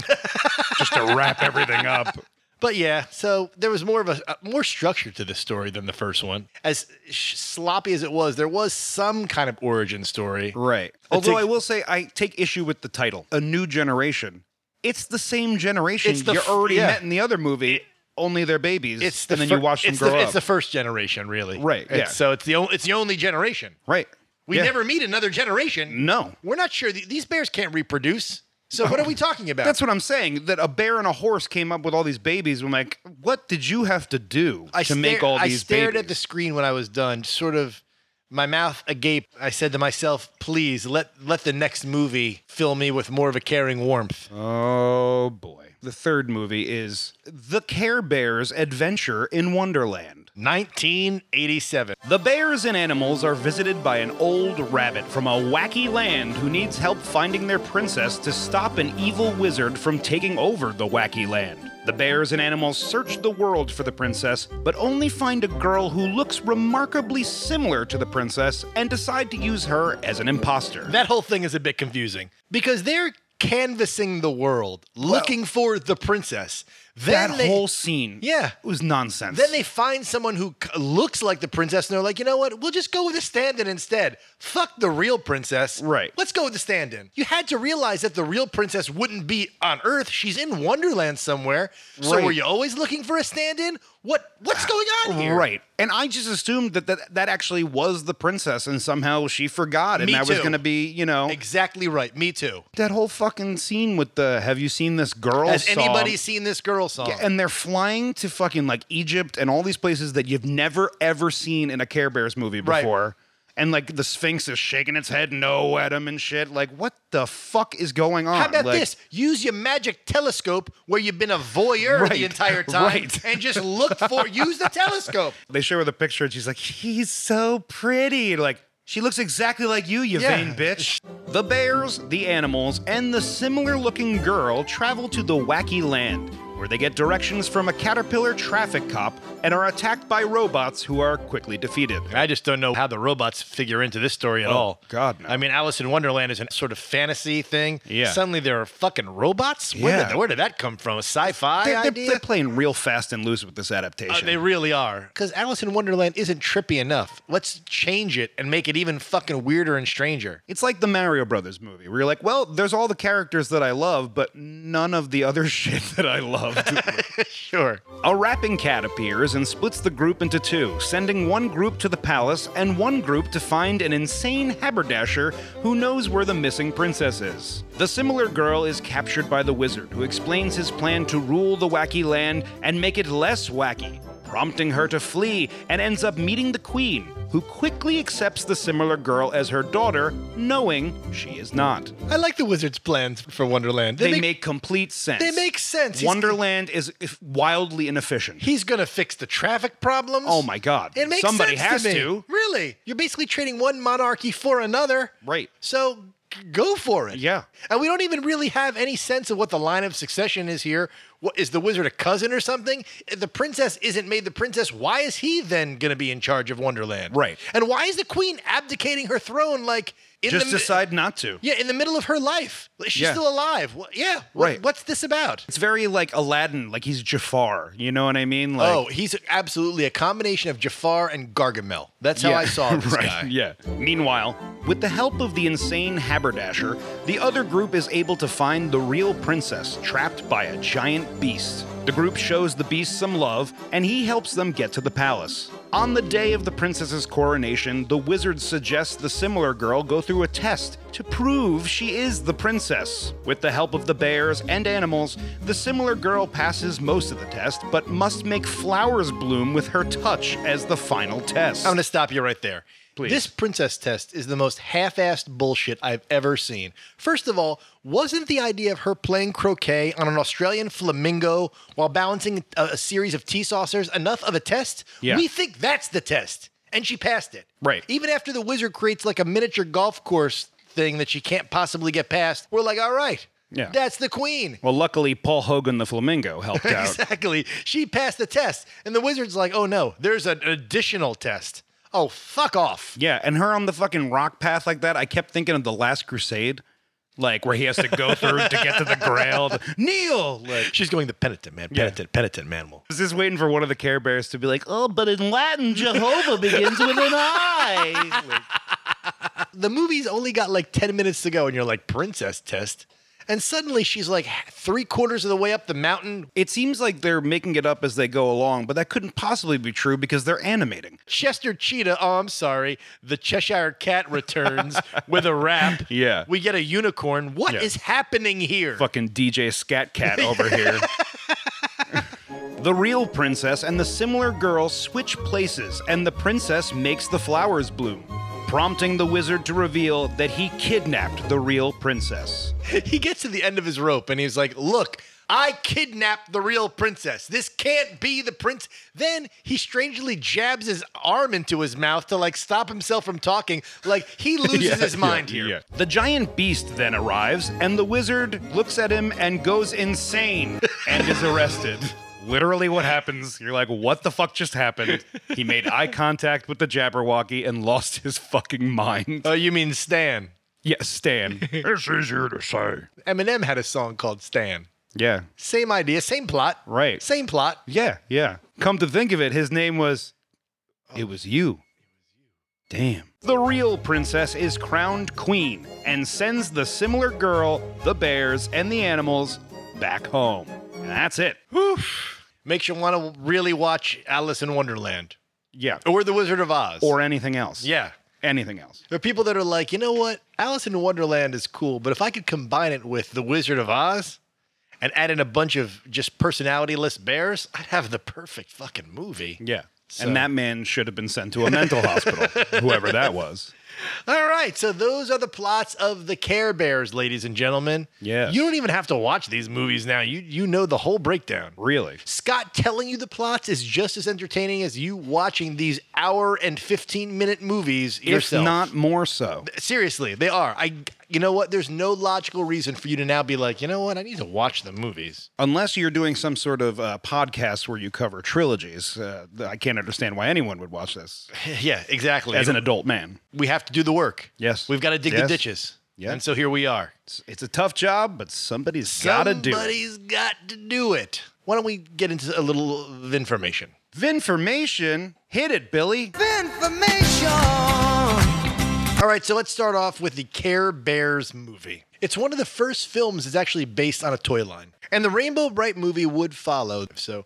[SPEAKER 4] just to wrap everything up.
[SPEAKER 3] But yeah, so there was more of a, a- more structure to this story than the first one. As sh- sloppy as it was, there was some kind of origin story.
[SPEAKER 4] Right. Although I will say, I take issue with the title, "A New Generation." It's the same generation
[SPEAKER 3] It's the
[SPEAKER 4] you
[SPEAKER 3] f-
[SPEAKER 4] already
[SPEAKER 3] yeah.
[SPEAKER 4] met in the other movie. only they're babies,
[SPEAKER 3] It's the
[SPEAKER 4] and then
[SPEAKER 3] fir-
[SPEAKER 4] you watch them
[SPEAKER 3] it's
[SPEAKER 4] grow
[SPEAKER 3] the,
[SPEAKER 4] up.
[SPEAKER 3] It's the first generation, really.
[SPEAKER 4] Right,
[SPEAKER 3] It's-
[SPEAKER 4] yeah.
[SPEAKER 3] So it's the only it's the only generation.
[SPEAKER 4] right.
[SPEAKER 3] We
[SPEAKER 4] Yeah.
[SPEAKER 3] never meet another generation.
[SPEAKER 4] No.
[SPEAKER 3] We're not sure. Th- These bears can't reproduce. So what are we talking about?
[SPEAKER 4] That's what I'm saying. That a bear and a horse came up with all these babies. I'm like, what did you have to do
[SPEAKER 3] I
[SPEAKER 4] to make
[SPEAKER 3] stare-
[SPEAKER 4] all
[SPEAKER 3] I
[SPEAKER 4] these
[SPEAKER 3] stared at the
[SPEAKER 4] babies?
[SPEAKER 3] screen when I was done, sort of my mouth agape. I said to myself, please let let the next movie fill me with more of a caring warmth.
[SPEAKER 4] Oh boy. The third movie is The Care Bears Adventure in Wonderland.
[SPEAKER 3] 1987.
[SPEAKER 4] The bears and animals are visited by an old rabbit from a wacky land who needs help finding their princess to stop an evil wizard from taking over the wacky land. The bears and animals search the world for the princess, but only find a girl who looks remarkably similar to the princess and decide to use her as an imposter.
[SPEAKER 3] That whole thing is a bit confusing because they're canvassing the world looking for the princess. Then
[SPEAKER 4] That
[SPEAKER 3] they-
[SPEAKER 4] whole scene
[SPEAKER 3] Yeah.
[SPEAKER 4] was nonsense.
[SPEAKER 3] Then they find someone who c- looks like the princess, and they're like, you know what? We'll just go with the stand-in instead. Fuck the real princess.
[SPEAKER 4] Right.
[SPEAKER 3] Let's go with the stand-in. You had to realize that the real princess wouldn't be on Earth. She's in Wonderland somewhere. So
[SPEAKER 4] Right. Ah,
[SPEAKER 3] were you always looking for a stand-in? What What's going on here?
[SPEAKER 4] Right. And I just assumed that that, that actually was the princess and somehow she forgot and
[SPEAKER 3] Me
[SPEAKER 4] that was
[SPEAKER 3] too.
[SPEAKER 4] going to be, you know,
[SPEAKER 3] Exactly right. Me too.
[SPEAKER 4] that whole fucking scene with the have you seen this girl
[SPEAKER 3] Has
[SPEAKER 4] song?
[SPEAKER 3] anybody seen this girl song?
[SPEAKER 4] Yeah, and they're flying to fucking like Egypt and all these places that you've never ever seen in a Care Bears movie
[SPEAKER 3] Right.
[SPEAKER 4] before. and like the Sphinx is shaking its head no at him and shit. Like, what the fuck is going on?
[SPEAKER 3] How about
[SPEAKER 4] Like,
[SPEAKER 3] this? Use your magic telescope where you've been a voyeur
[SPEAKER 4] Right,
[SPEAKER 3] the entire time
[SPEAKER 4] right.
[SPEAKER 3] and just look for use the telescope.
[SPEAKER 4] They show her the picture and she's like, he's so pretty. Like, she looks exactly like you, you
[SPEAKER 3] Yeah.
[SPEAKER 4] vain bitch. The bears, the animals, and the similar looking girl travel to the wacky land, where they get directions from a caterpillar traffic cop and are attacked by robots who are quickly defeated.
[SPEAKER 3] I just don't know how the robots figure into this story at all.
[SPEAKER 4] Oh, God, no.
[SPEAKER 3] I mean, Alice in Wonderland is a sort of fantasy thing.
[SPEAKER 4] Yeah.
[SPEAKER 3] Suddenly there are fucking robots? Where,
[SPEAKER 4] Yeah.
[SPEAKER 3] did, where did that come from? A sci fi
[SPEAKER 4] They're, they're-
[SPEAKER 3] idea?
[SPEAKER 4] they're playing real fast and loose with this
[SPEAKER 3] Uh,
[SPEAKER 4] adaptation.
[SPEAKER 3] they really are. Because Alice in Wonderland isn't trippy enough. Let's change it and make it even fucking weirder and stranger.
[SPEAKER 4] It's like the Mario Brothers movie, where you're like, well, there's all the characters that I love, but none of the other shit that I loved.
[SPEAKER 3] Sure.
[SPEAKER 4] a rapping cat appears and splits the group into two, sending one group to the palace and one group to find an insane haberdasher who knows where the missing princess is. The similar girl is captured by the wizard, who explains his plan to rule the wacky land and make it less wacky, prompting her to flee and ends up meeting the queen, who quickly accepts the similar girl as her daughter, knowing she is not.
[SPEAKER 3] I like the wizard's plans for Wonderland.
[SPEAKER 4] They, make, complete sense.
[SPEAKER 3] they make sense. He's-
[SPEAKER 4] Wonderland is wildly inefficient.
[SPEAKER 3] He's gonna fix the traffic problems.
[SPEAKER 4] Oh my God.
[SPEAKER 3] It makes
[SPEAKER 4] Somebody
[SPEAKER 3] sense
[SPEAKER 4] has
[SPEAKER 3] to, me.
[SPEAKER 4] to.
[SPEAKER 3] Really, you're basically trading one monarchy for another.
[SPEAKER 4] Right.
[SPEAKER 3] So g- go for it.
[SPEAKER 4] Yeah.
[SPEAKER 3] And we don't even really have any sense of what the line of succession is here. What is the wizard a cousin or something? If the princess isn't made the princess, why is he then gonna be in charge of Wonderland?
[SPEAKER 4] Right.
[SPEAKER 3] And why is the queen abdicating her throne like in
[SPEAKER 4] Just
[SPEAKER 3] the mi-
[SPEAKER 4] decide not to.
[SPEAKER 3] Yeah, in the middle of her life, Like, she's
[SPEAKER 4] Yeah.
[SPEAKER 3] still alive. Wha- yeah, wha-
[SPEAKER 4] Right.
[SPEAKER 3] What's this about?
[SPEAKER 4] It's very like Aladdin, like he's Jafar. You know what I mean? Like,
[SPEAKER 3] oh, he's absolutely a combination of Jafar and Gargamel. That's how
[SPEAKER 4] yeah.
[SPEAKER 3] I saw this
[SPEAKER 4] right.
[SPEAKER 3] guy.
[SPEAKER 4] Yeah. Meanwhile, with the help of the insane haberdasher, the other group is able to find the real princess trapped by a giant beast. The group shows the beast some love, and he helps them get to the palace. On the day of the princess's coronation, the wizard suggests the similar girl go through a test to prove she is the princess. With the help of the bears and animals, the similar girl passes most of the test, but must make flowers bloom with her touch as the final test.
[SPEAKER 3] I'm going to stop you right there.
[SPEAKER 4] Please.
[SPEAKER 3] This princess test is the most half-assed bullshit I've ever seen. First of all, wasn't the idea of her playing croquet on an Australian flamingo while balancing a, a series of tea saucers enough of a test?
[SPEAKER 4] Yeah.
[SPEAKER 3] We think that's the test, and she passed it.
[SPEAKER 4] Right.
[SPEAKER 3] Even after the wizard creates like a miniature golf course thing that she can't possibly get past, we're like, all right,
[SPEAKER 4] Yeah.
[SPEAKER 3] that's the queen.
[SPEAKER 4] Well, luckily, Paul Hogan the Flamingo helped out.
[SPEAKER 3] Exactly. She passed the test. And the wizard's like, oh no, there's an additional test. Oh, fuck off.
[SPEAKER 4] Yeah, and her on the fucking rock path like that, I kept thinking of The Last Crusade, like where he has to go through to get to the grail. Kneel! Like,
[SPEAKER 3] She's going the penitent, man. Penitent, penitent manual.
[SPEAKER 4] I was just waiting for one of the Care Bears to be like, oh, but in Latin, Jehovah begins with an I. Like,
[SPEAKER 3] The movie's only got like 10 minutes to go, and you're like, princess test. And suddenly she's like h- three quarters of the way up the mountain.
[SPEAKER 4] it seems like they're making it up as they go along, but that couldn't possibly be true because they're animating.
[SPEAKER 3] Chester Cheetah, oh, I'm sorry. The Cheshire Cat returns with a rap.
[SPEAKER 4] Yeah.
[SPEAKER 3] We get a unicorn. What is
[SPEAKER 4] Yeah.
[SPEAKER 3] happening here?
[SPEAKER 4] fucking DJ Scat Cat over here. the real princess and the similar girl switch places, and the princess makes the flowers bloom, prompting the wizard to reveal that he kidnapped the real princess.
[SPEAKER 3] he gets to the end of his rope and he's like, Look, I kidnapped the real princess. This can't be the prince. Then he strangely jabs his arm into his mouth to like stop himself from talking. Like he loses his mind here.
[SPEAKER 4] The giant beast then arrives, and the wizard looks at him and goes insane and is arrested. Literally, what happens? You're like, what the fuck just happened? He made eye contact with the Jabberwocky and lost his fucking mind.
[SPEAKER 3] Oh, you mean Stan?
[SPEAKER 4] Yes, Stan.
[SPEAKER 6] It's easier to say.
[SPEAKER 3] Eminem had a song called Stan.
[SPEAKER 4] yeah.
[SPEAKER 3] Same idea, same plot.
[SPEAKER 4] Right.
[SPEAKER 3] Same plot.
[SPEAKER 4] Yeah, yeah. Come to think of it, his name was. It was you. Damn. The real princess is crowned queen and sends the similar girl, the bears, and the animals back home. And that's it.
[SPEAKER 3] Makes you want to really watch Alice in Wonderland
[SPEAKER 4] Yeah.
[SPEAKER 3] or The Wizard of Oz.
[SPEAKER 4] Or anything else.
[SPEAKER 3] yeah.
[SPEAKER 4] Anything else.
[SPEAKER 3] There are people that are like, you know what? Alice in Wonderland is cool, but if I could combine it with The Wizard of Oz and add in a bunch of just personality-less bears, I'd have the perfect fucking movie.
[SPEAKER 4] Yeah. And that man should have been sent to a mental hospital, whoever that was.
[SPEAKER 3] All right, so those are the plots of the Care Bears, ladies and gentlemen.
[SPEAKER 4] Yes.
[SPEAKER 3] You don't even have to watch these movies now. You you know the whole breakdown.
[SPEAKER 4] Really?
[SPEAKER 3] Scott telling you the plots is just as entertaining as you watching these hour and 15 minute movies yourself.
[SPEAKER 4] If not more so.
[SPEAKER 3] Seriously, they are. I you know what? There's no logical reason for you to now be like, "You know what? I need to watch the movies."
[SPEAKER 4] Unless you're doing some sort of uh, podcast where you cover trilogies, uh, th- I can't understand why anyone would watch this
[SPEAKER 3] yeah, exactly.
[SPEAKER 4] as an adult man.
[SPEAKER 3] we have to do the work.
[SPEAKER 4] Yes.
[SPEAKER 3] We've got to dig the
[SPEAKER 4] Yes.
[SPEAKER 3] ditches.
[SPEAKER 4] Yeah.
[SPEAKER 3] And so here we are.
[SPEAKER 4] It's, it's a tough job, but somebody's got to do it.
[SPEAKER 3] Somebody's got to do it. Why don't we get into a little of information?
[SPEAKER 4] Vinformation, hit it, Billy.
[SPEAKER 3] All right, so let's start off with the Care Bears movie. It's one of the first films that's actually based on a toy line. And the Rainbow Bright movie would follow. So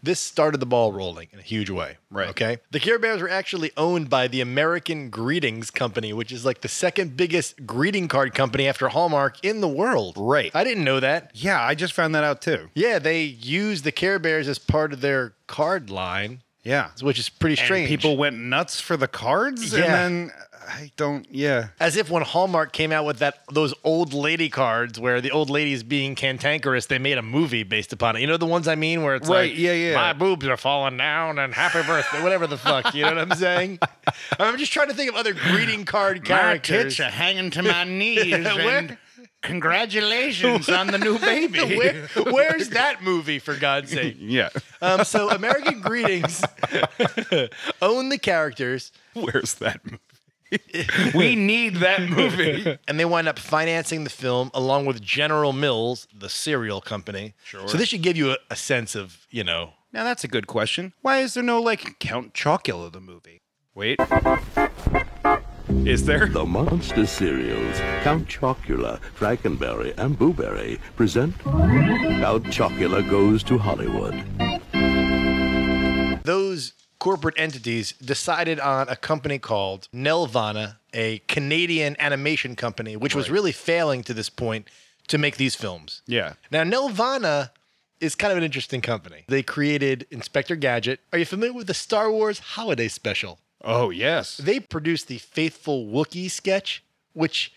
[SPEAKER 3] this started the ball rolling in a huge way.
[SPEAKER 4] Hmm. Right.
[SPEAKER 3] Okay. The Care Bears were actually owned by the American Greetings Company, which is like the second biggest greeting card company after Hallmark in the world.
[SPEAKER 4] Right.
[SPEAKER 3] I didn't know that.
[SPEAKER 4] Yeah, I just found that out too.
[SPEAKER 3] Yeah, they use the Care Bears as part of their card line,
[SPEAKER 4] Yeah.
[SPEAKER 3] which is pretty
[SPEAKER 4] And
[SPEAKER 3] strange.
[SPEAKER 4] people went nuts for the cards,
[SPEAKER 3] Yeah.
[SPEAKER 4] and then I don't. Yeah,
[SPEAKER 3] as if when Hallmark came out with that those old lady cards where the old lady is being cantankerous, they made a movie based upon it. You know the ones I mean, where it's
[SPEAKER 4] Right,
[SPEAKER 3] like,
[SPEAKER 4] yeah, yeah.
[SPEAKER 3] my boobs are falling down and happy birthday, whatever the fuck. You know what I'm saying? I'm just trying to think of other greeting card characters.
[SPEAKER 4] hanging to my knees.
[SPEAKER 3] and
[SPEAKER 4] congratulations on the new baby.
[SPEAKER 3] Where- where's that movie for God's sake?
[SPEAKER 4] yeah,
[SPEAKER 3] Um, so American Greetings own the characters.
[SPEAKER 4] where's that movie? we need that movie.
[SPEAKER 3] and they wind up financing the film along with General Mills, the cereal company. Sure. So this should give you a, a sense of, you know,
[SPEAKER 4] now that's a good question. Why is there no like Count Chocula the movie? Wait, is there?
[SPEAKER 6] The monster cereals, Count Chocula, Frankenberry, and Booberry present Count Chocula Goes to Hollywood.
[SPEAKER 3] those corporate entities decided on a company called Nelvana, a Canadian animation company, which was really failing to this point to make these films.
[SPEAKER 4] Yeah.
[SPEAKER 3] Now Nelvana is kind of an interesting company. They created Inspector Gadget. Are you familiar with the Star Wars holiday special?
[SPEAKER 4] Oh yes.
[SPEAKER 3] They produced the Faithful Wookiee sketch, which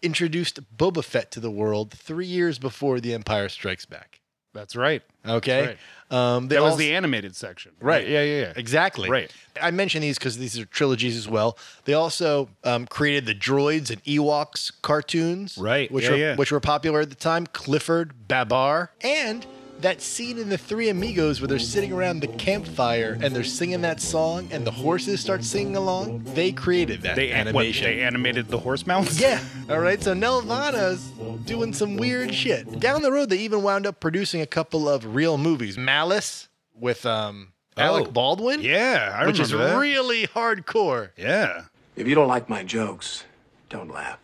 [SPEAKER 3] introduced Boba Fett to the world three years before The Empire Strikes Back.
[SPEAKER 4] That's right.
[SPEAKER 3] Okay,
[SPEAKER 4] That's
[SPEAKER 3] um, Uh, they
[SPEAKER 4] That was
[SPEAKER 3] also-
[SPEAKER 4] the animated section.
[SPEAKER 3] right.
[SPEAKER 4] Yeah, yeah, yeah.
[SPEAKER 3] Exactly.
[SPEAKER 4] Right.
[SPEAKER 3] I mention these because these are trilogies as well. They also um, created the Droids and Ewoks cartoons,
[SPEAKER 4] Right.
[SPEAKER 3] Which
[SPEAKER 4] Yeah,
[SPEAKER 3] were
[SPEAKER 4] yeah.
[SPEAKER 3] which were popular at the time. Clifford, Babar, and that scene in the Three Amigos where they're sitting around the campfire and they're singing that song and the horses start singing along. They created that
[SPEAKER 4] They an- what,
[SPEAKER 3] animation.
[SPEAKER 4] they animated the horse mouths.
[SPEAKER 3] Yeah. All right. So Nelvana's doing some weird shit. Down the road, they even wound up producing a couple of real movies. Malice with um, Alec
[SPEAKER 4] Oh.
[SPEAKER 3] Baldwin.
[SPEAKER 4] Yeah, I
[SPEAKER 3] Which is
[SPEAKER 4] remember that.
[SPEAKER 3] really hardcore.
[SPEAKER 4] Yeah.
[SPEAKER 7] If you don't like my jokes, don't laugh.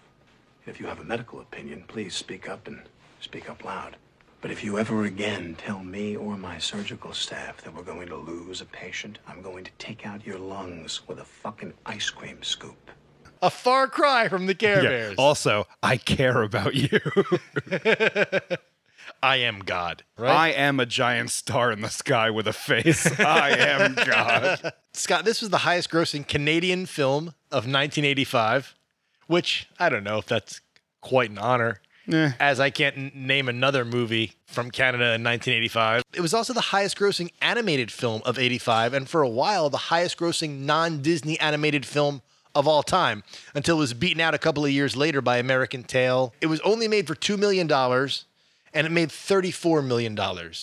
[SPEAKER 7] If you have a medical opinion, please speak up and speak up loud. But if you ever again tell me or my surgical staff that we're going to lose a patient, I'm going to take out your lungs with a fucking ice cream scoop.
[SPEAKER 3] A far cry from the Care
[SPEAKER 4] Yeah.
[SPEAKER 3] Bears.
[SPEAKER 4] Also, I care about you.
[SPEAKER 3] I am God. Right.
[SPEAKER 4] I am a giant star in the sky with a face. I am God.
[SPEAKER 3] Scott, this was the highest grossing Canadian film of 1985, which I don't know if that's quite an honor. As I can't n- name another movie from Canada in 1985. It was also the highest grossing animated film of 85, and for a while, the highest grossing non Disney animated film of all time, until it was beaten out a couple of years later by American Tail. It was only made for $2 million, and it made $34 million globally,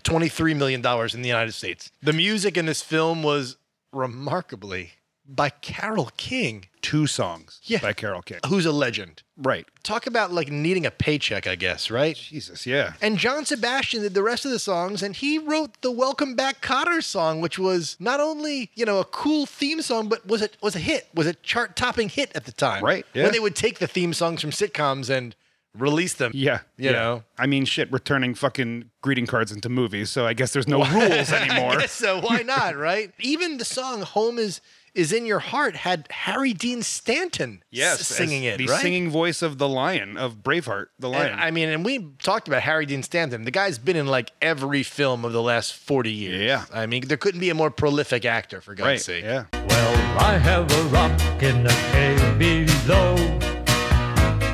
[SPEAKER 3] $23 million in the United States. The music in this film was remarkably by Carol King,
[SPEAKER 4] Two songs
[SPEAKER 3] Yeah.
[SPEAKER 4] by Carol King.
[SPEAKER 3] who's a legend.
[SPEAKER 4] Right.
[SPEAKER 3] Talk about like needing a paycheck, I guess, right?
[SPEAKER 4] Jesus, yeah.
[SPEAKER 3] And John Sebastian did the rest of the songs, and he wrote the Welcome Back Cotter song, which was not only you know a cool theme song, but was it was a hit, was a chart topping hit at the time.
[SPEAKER 4] Right, yeah.
[SPEAKER 3] When they would take the theme songs from sitcoms and Release them.
[SPEAKER 4] Yeah.
[SPEAKER 3] You
[SPEAKER 4] yeah.
[SPEAKER 3] know?
[SPEAKER 4] I mean, shit, we're turning fucking greeting cards into movies, so I guess there's no rules anymore.
[SPEAKER 3] I guess so why not, right? Even the song "Home Is Is in Your Heart" had Harry Dean Stanton
[SPEAKER 4] Yes,
[SPEAKER 3] s- singing
[SPEAKER 4] as
[SPEAKER 3] it,
[SPEAKER 4] the
[SPEAKER 3] right?
[SPEAKER 4] singing voice of the lion of Braveheart, the lion.
[SPEAKER 3] And, I mean, and we talked about Harry Dean Stanton. The guy's been in like every film of the last 40 years.
[SPEAKER 4] Yeah.
[SPEAKER 3] I mean, there couldn't be a more prolific actor, for God's
[SPEAKER 4] right?
[SPEAKER 3] sake.
[SPEAKER 4] Yeah,
[SPEAKER 8] Well, I have a rock in the cave below,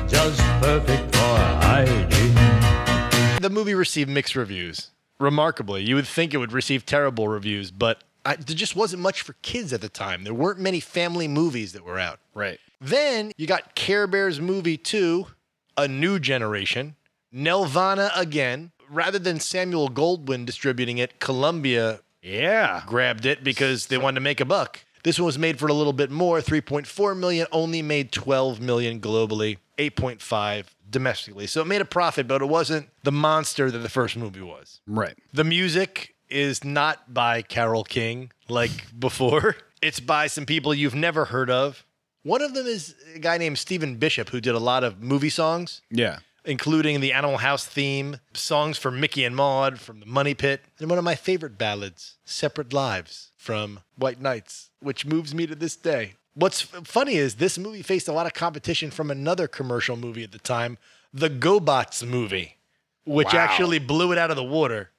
[SPEAKER 8] just perfect for hiding.
[SPEAKER 3] The movie received mixed reviews. Remarkably, you would think it would receive terrible reviews, but I, there just wasn't much for kids at the time. There weren't many family movies that were out.
[SPEAKER 4] right.
[SPEAKER 3] Then you got Care Bears Movie 2, A New Generation, Nelvana again. Rather than Samuel Goldwyn distributing it, Columbia
[SPEAKER 4] Yeah,
[SPEAKER 3] grabbed it because they wanted to make a buck. This one was made for a little bit more, 3.4 million, only made 12 million globally, 8.5 domestically. So it made a profit, but it wasn't the monster that the first movie was.
[SPEAKER 4] right.
[SPEAKER 3] The music is not by Carol King like before. It's by some people you've never heard of. One of them is a guy named Stephen Bishop who did a lot of movie songs,
[SPEAKER 4] Yeah,
[SPEAKER 3] including the Animal House theme, songs for Mickey and Maude from The Money Pit, and one of my favorite ballads, Separate Lives from White Nights, which moves me to this day. What's f- funny is this movie faced a lot of competition from another commercial movie at the time, the GoBots movie, which
[SPEAKER 4] Wow.
[SPEAKER 3] actually blew it out of the water.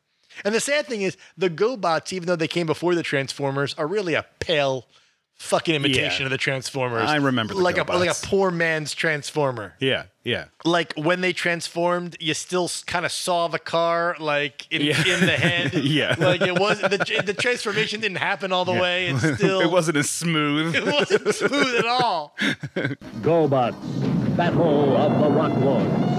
[SPEAKER 3] And the sad thing is, the GoBots, even though they came before the Transformers, are really a pale fucking imitation
[SPEAKER 4] Yeah.
[SPEAKER 3] of the Transformers.
[SPEAKER 4] I remember the
[SPEAKER 3] like a like
[SPEAKER 4] GoBots.
[SPEAKER 3] a poor man's Transformer
[SPEAKER 4] yeah, yeah.
[SPEAKER 3] like when they transformed, you still kind of saw the car like in,
[SPEAKER 4] Yeah.
[SPEAKER 3] in the head.
[SPEAKER 4] Yeah.
[SPEAKER 3] like it was the the transformation didn't happen all the way. It's still
[SPEAKER 4] it wasn't as smooth.
[SPEAKER 3] it wasn't smooth at all.
[SPEAKER 8] Gobots, Battle of the Rock Lords.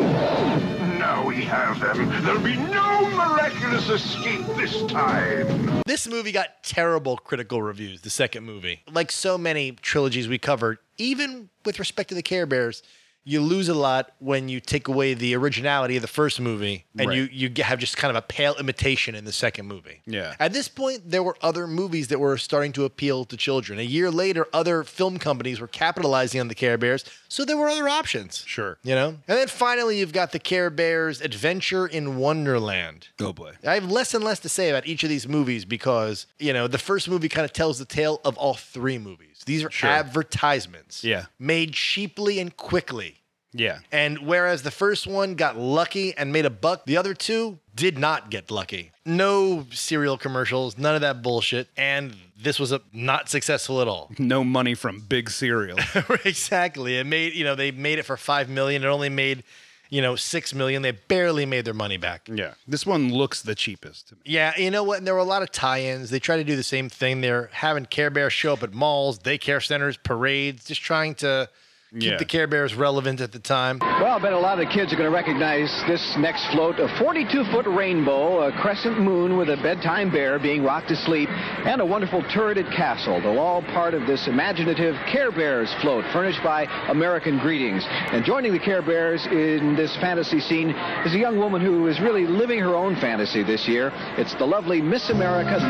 [SPEAKER 9] Now we have them. There'll be no miraculous escape this time.
[SPEAKER 3] This movie got terrible critical reviews. The second movie, like so many trilogies we covered, even with respect to the Care Bears. You lose a lot when you take away the originality of the first movie, and
[SPEAKER 4] Right.
[SPEAKER 3] you you g- have just kind of a pale imitation in the second movie.
[SPEAKER 4] Yeah.
[SPEAKER 3] At this point, there were other movies that were starting to appeal to children. A year later, other film companies were capitalizing on the Care Bears, so there were other options.
[SPEAKER 4] Sure.
[SPEAKER 3] You know? And then finally, you've got the Care Bears Adventure in Wonderland.
[SPEAKER 4] oh boy.
[SPEAKER 3] I have less and less to say about each of these movies because, you know, the first movie kind of tells the tale of all three movies. These are advertisements.
[SPEAKER 4] Yeah.
[SPEAKER 3] Made cheaply and quickly.
[SPEAKER 4] Yeah,
[SPEAKER 3] And whereas the first one got lucky and made a buck, the other two did not get lucky. No cereal commercials, none of that bullshit. And this was a, not successful at all.
[SPEAKER 4] no money from big cereal.
[SPEAKER 3] exactly. It made, you know, they made it for 5 million. It only made, you know, 6 million. They barely made their money back.
[SPEAKER 4] yeah, this one looks the cheapest. to me.
[SPEAKER 3] Yeah, you know what? And there were a lot of tie-ins. They try to do the same thing. They're having Care Bears show up at malls, daycare centers, parades, just trying to keep
[SPEAKER 4] Yeah.
[SPEAKER 3] the Care Bears relevant at the time.
[SPEAKER 10] Well, I bet a lot of the kids are going to recognize this next float a 42 foot rainbow, a crescent moon with a bedtime bear being rocked to sleep, and a wonderful turreted castle. They're all part of this imaginative Care Bears float furnished by American Greetings. And joining the Care Bears in this fantasy scene is a young woman who is really living her own fantasy this year. It's the lovely Miss America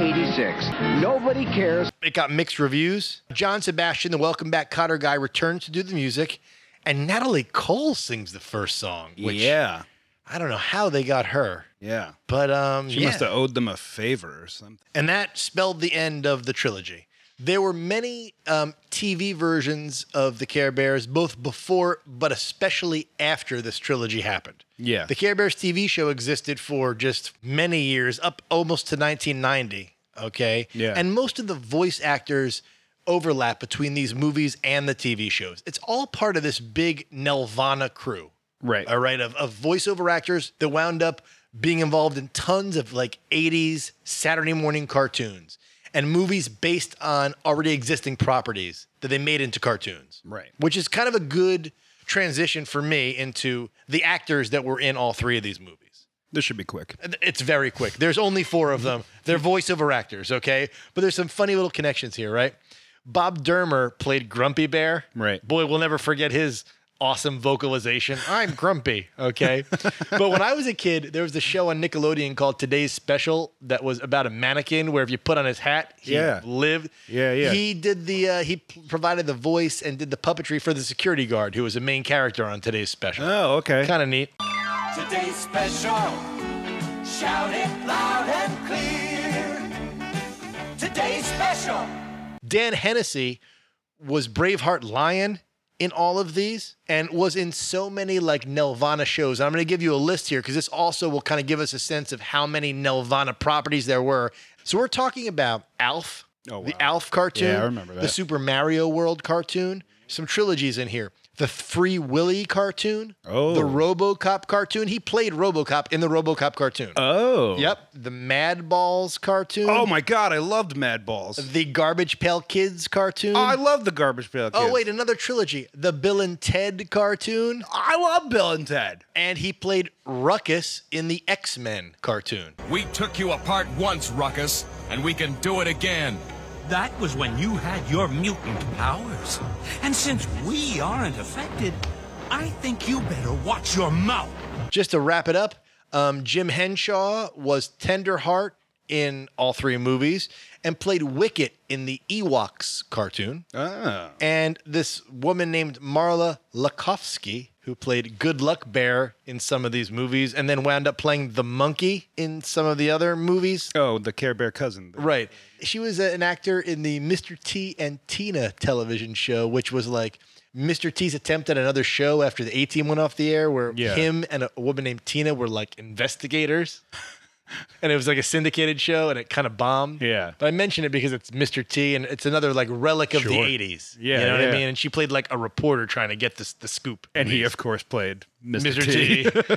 [SPEAKER 10] 1986. Nobody cares.
[SPEAKER 3] It got mixed reviews. John Sebastian, the Welcome Back Cotter guy, returns to do the music, and Natalie Cole sings the first song. Which
[SPEAKER 4] yeah,
[SPEAKER 3] I don't know how they got her,
[SPEAKER 4] yeah.
[SPEAKER 3] but um,
[SPEAKER 4] She
[SPEAKER 3] yeah.
[SPEAKER 4] must have owed them a favor or something.
[SPEAKER 3] and that spelled the end of the trilogy. There were many um, TV versions of the Care Bears, both before but especially after this trilogy happened.
[SPEAKER 4] Yeah.
[SPEAKER 3] The Care Bears TV show existed for just many years, up almost to 1990. Okay.
[SPEAKER 4] Yeah.
[SPEAKER 3] And most of the voice actors overlap between these movies and the TV shows. It's all part of this big Nelvana crew.
[SPEAKER 4] Right.
[SPEAKER 3] All right. Of, of voiceover actors that wound up being involved in tons of like 80s Saturday morning cartoons and movies based on already existing properties that they made into cartoons.
[SPEAKER 4] Right.
[SPEAKER 3] Which is kind of a good transition for me into the actors that were in all three of these movies.
[SPEAKER 4] This should be quick.
[SPEAKER 3] It's very quick. There's only four of them. They're voiceover actors, okay? But there's some funny little connections here, right? Bob Dermer played Grumpy Bear.
[SPEAKER 4] Right.
[SPEAKER 3] Boy, we'll never forget his awesome vocalization. I'm grumpy, okay? but when I was a kid, there was a show on Nickelodeon called Today's Special that was about a mannequin where if you put on his hat, he
[SPEAKER 4] Yeah.
[SPEAKER 3] lived.
[SPEAKER 4] Yeah, yeah.
[SPEAKER 3] He did the uh, he p- provided the voice and did the puppetry for the security guard who was a main character on Today's Special.
[SPEAKER 4] Oh, okay.
[SPEAKER 3] Kind of neat.
[SPEAKER 2] Today's special. Shout it loud and clear. Today's special.
[SPEAKER 3] Dan Hennessy was Braveheart Lion in all of these and was in so many like Nelvana shows. I'm going to give you a list here because this also will kind of give us a sense of how many Nelvana properties there were. So we're talking about Alf,
[SPEAKER 4] Oh, wow.
[SPEAKER 3] the Alf cartoon,
[SPEAKER 4] Yeah, I remember
[SPEAKER 3] the
[SPEAKER 4] that.
[SPEAKER 3] Super Mario World cartoon, some trilogies in here. The Free Willy cartoon,
[SPEAKER 4] Oh.
[SPEAKER 3] the RoboCop cartoon. He played RoboCop in the RoboCop cartoon.
[SPEAKER 4] Oh.
[SPEAKER 3] Yep, the Mad Balls cartoon.
[SPEAKER 4] Oh my God, I loved Mad Balls.
[SPEAKER 3] The Garbage Pail Kids cartoon.
[SPEAKER 4] Oh, I love the Garbage Pail Kids.
[SPEAKER 3] Oh, wait, another trilogy. The Bill and Ted cartoon.
[SPEAKER 4] I love Bill and Ted.
[SPEAKER 3] And he played Ruckus in the X Men cartoon.
[SPEAKER 11] We took you apart once, Ruckus, and we can do it again.
[SPEAKER 8] That was when you had your mutant powers. And since we aren't affected, I think you better watch your mouth.
[SPEAKER 3] Just to wrap it up, um, Jim Henshaw was Tenderheart in all three movies and played Wicket in the Ewoks cartoon.
[SPEAKER 4] Oh.
[SPEAKER 3] And this woman named Marla Lakovsky, who played Good Luck Bear in some of these movies and then wound up playing the monkey in some of the other movies.
[SPEAKER 4] Oh, the Care Bear cousin.
[SPEAKER 3] Right. She was a- an actor in the Mr. T and Tina television show, which was like Mr. T's attempt at another show after the A team went off the air, where
[SPEAKER 4] Yeah.
[SPEAKER 3] him and a woman named Tina were like investigators. and it was like a syndicated show and it kind of bombed.
[SPEAKER 4] Yeah.
[SPEAKER 3] But I mention it because it's Mr. T and it's another like relic of the
[SPEAKER 4] Sure.
[SPEAKER 3] 80s.
[SPEAKER 4] Yeah,
[SPEAKER 3] You know what I
[SPEAKER 4] yeah.
[SPEAKER 3] mean? And she played like a reporter trying to get this, the scoop.
[SPEAKER 4] And he, of course, played Mr.
[SPEAKER 3] Mr.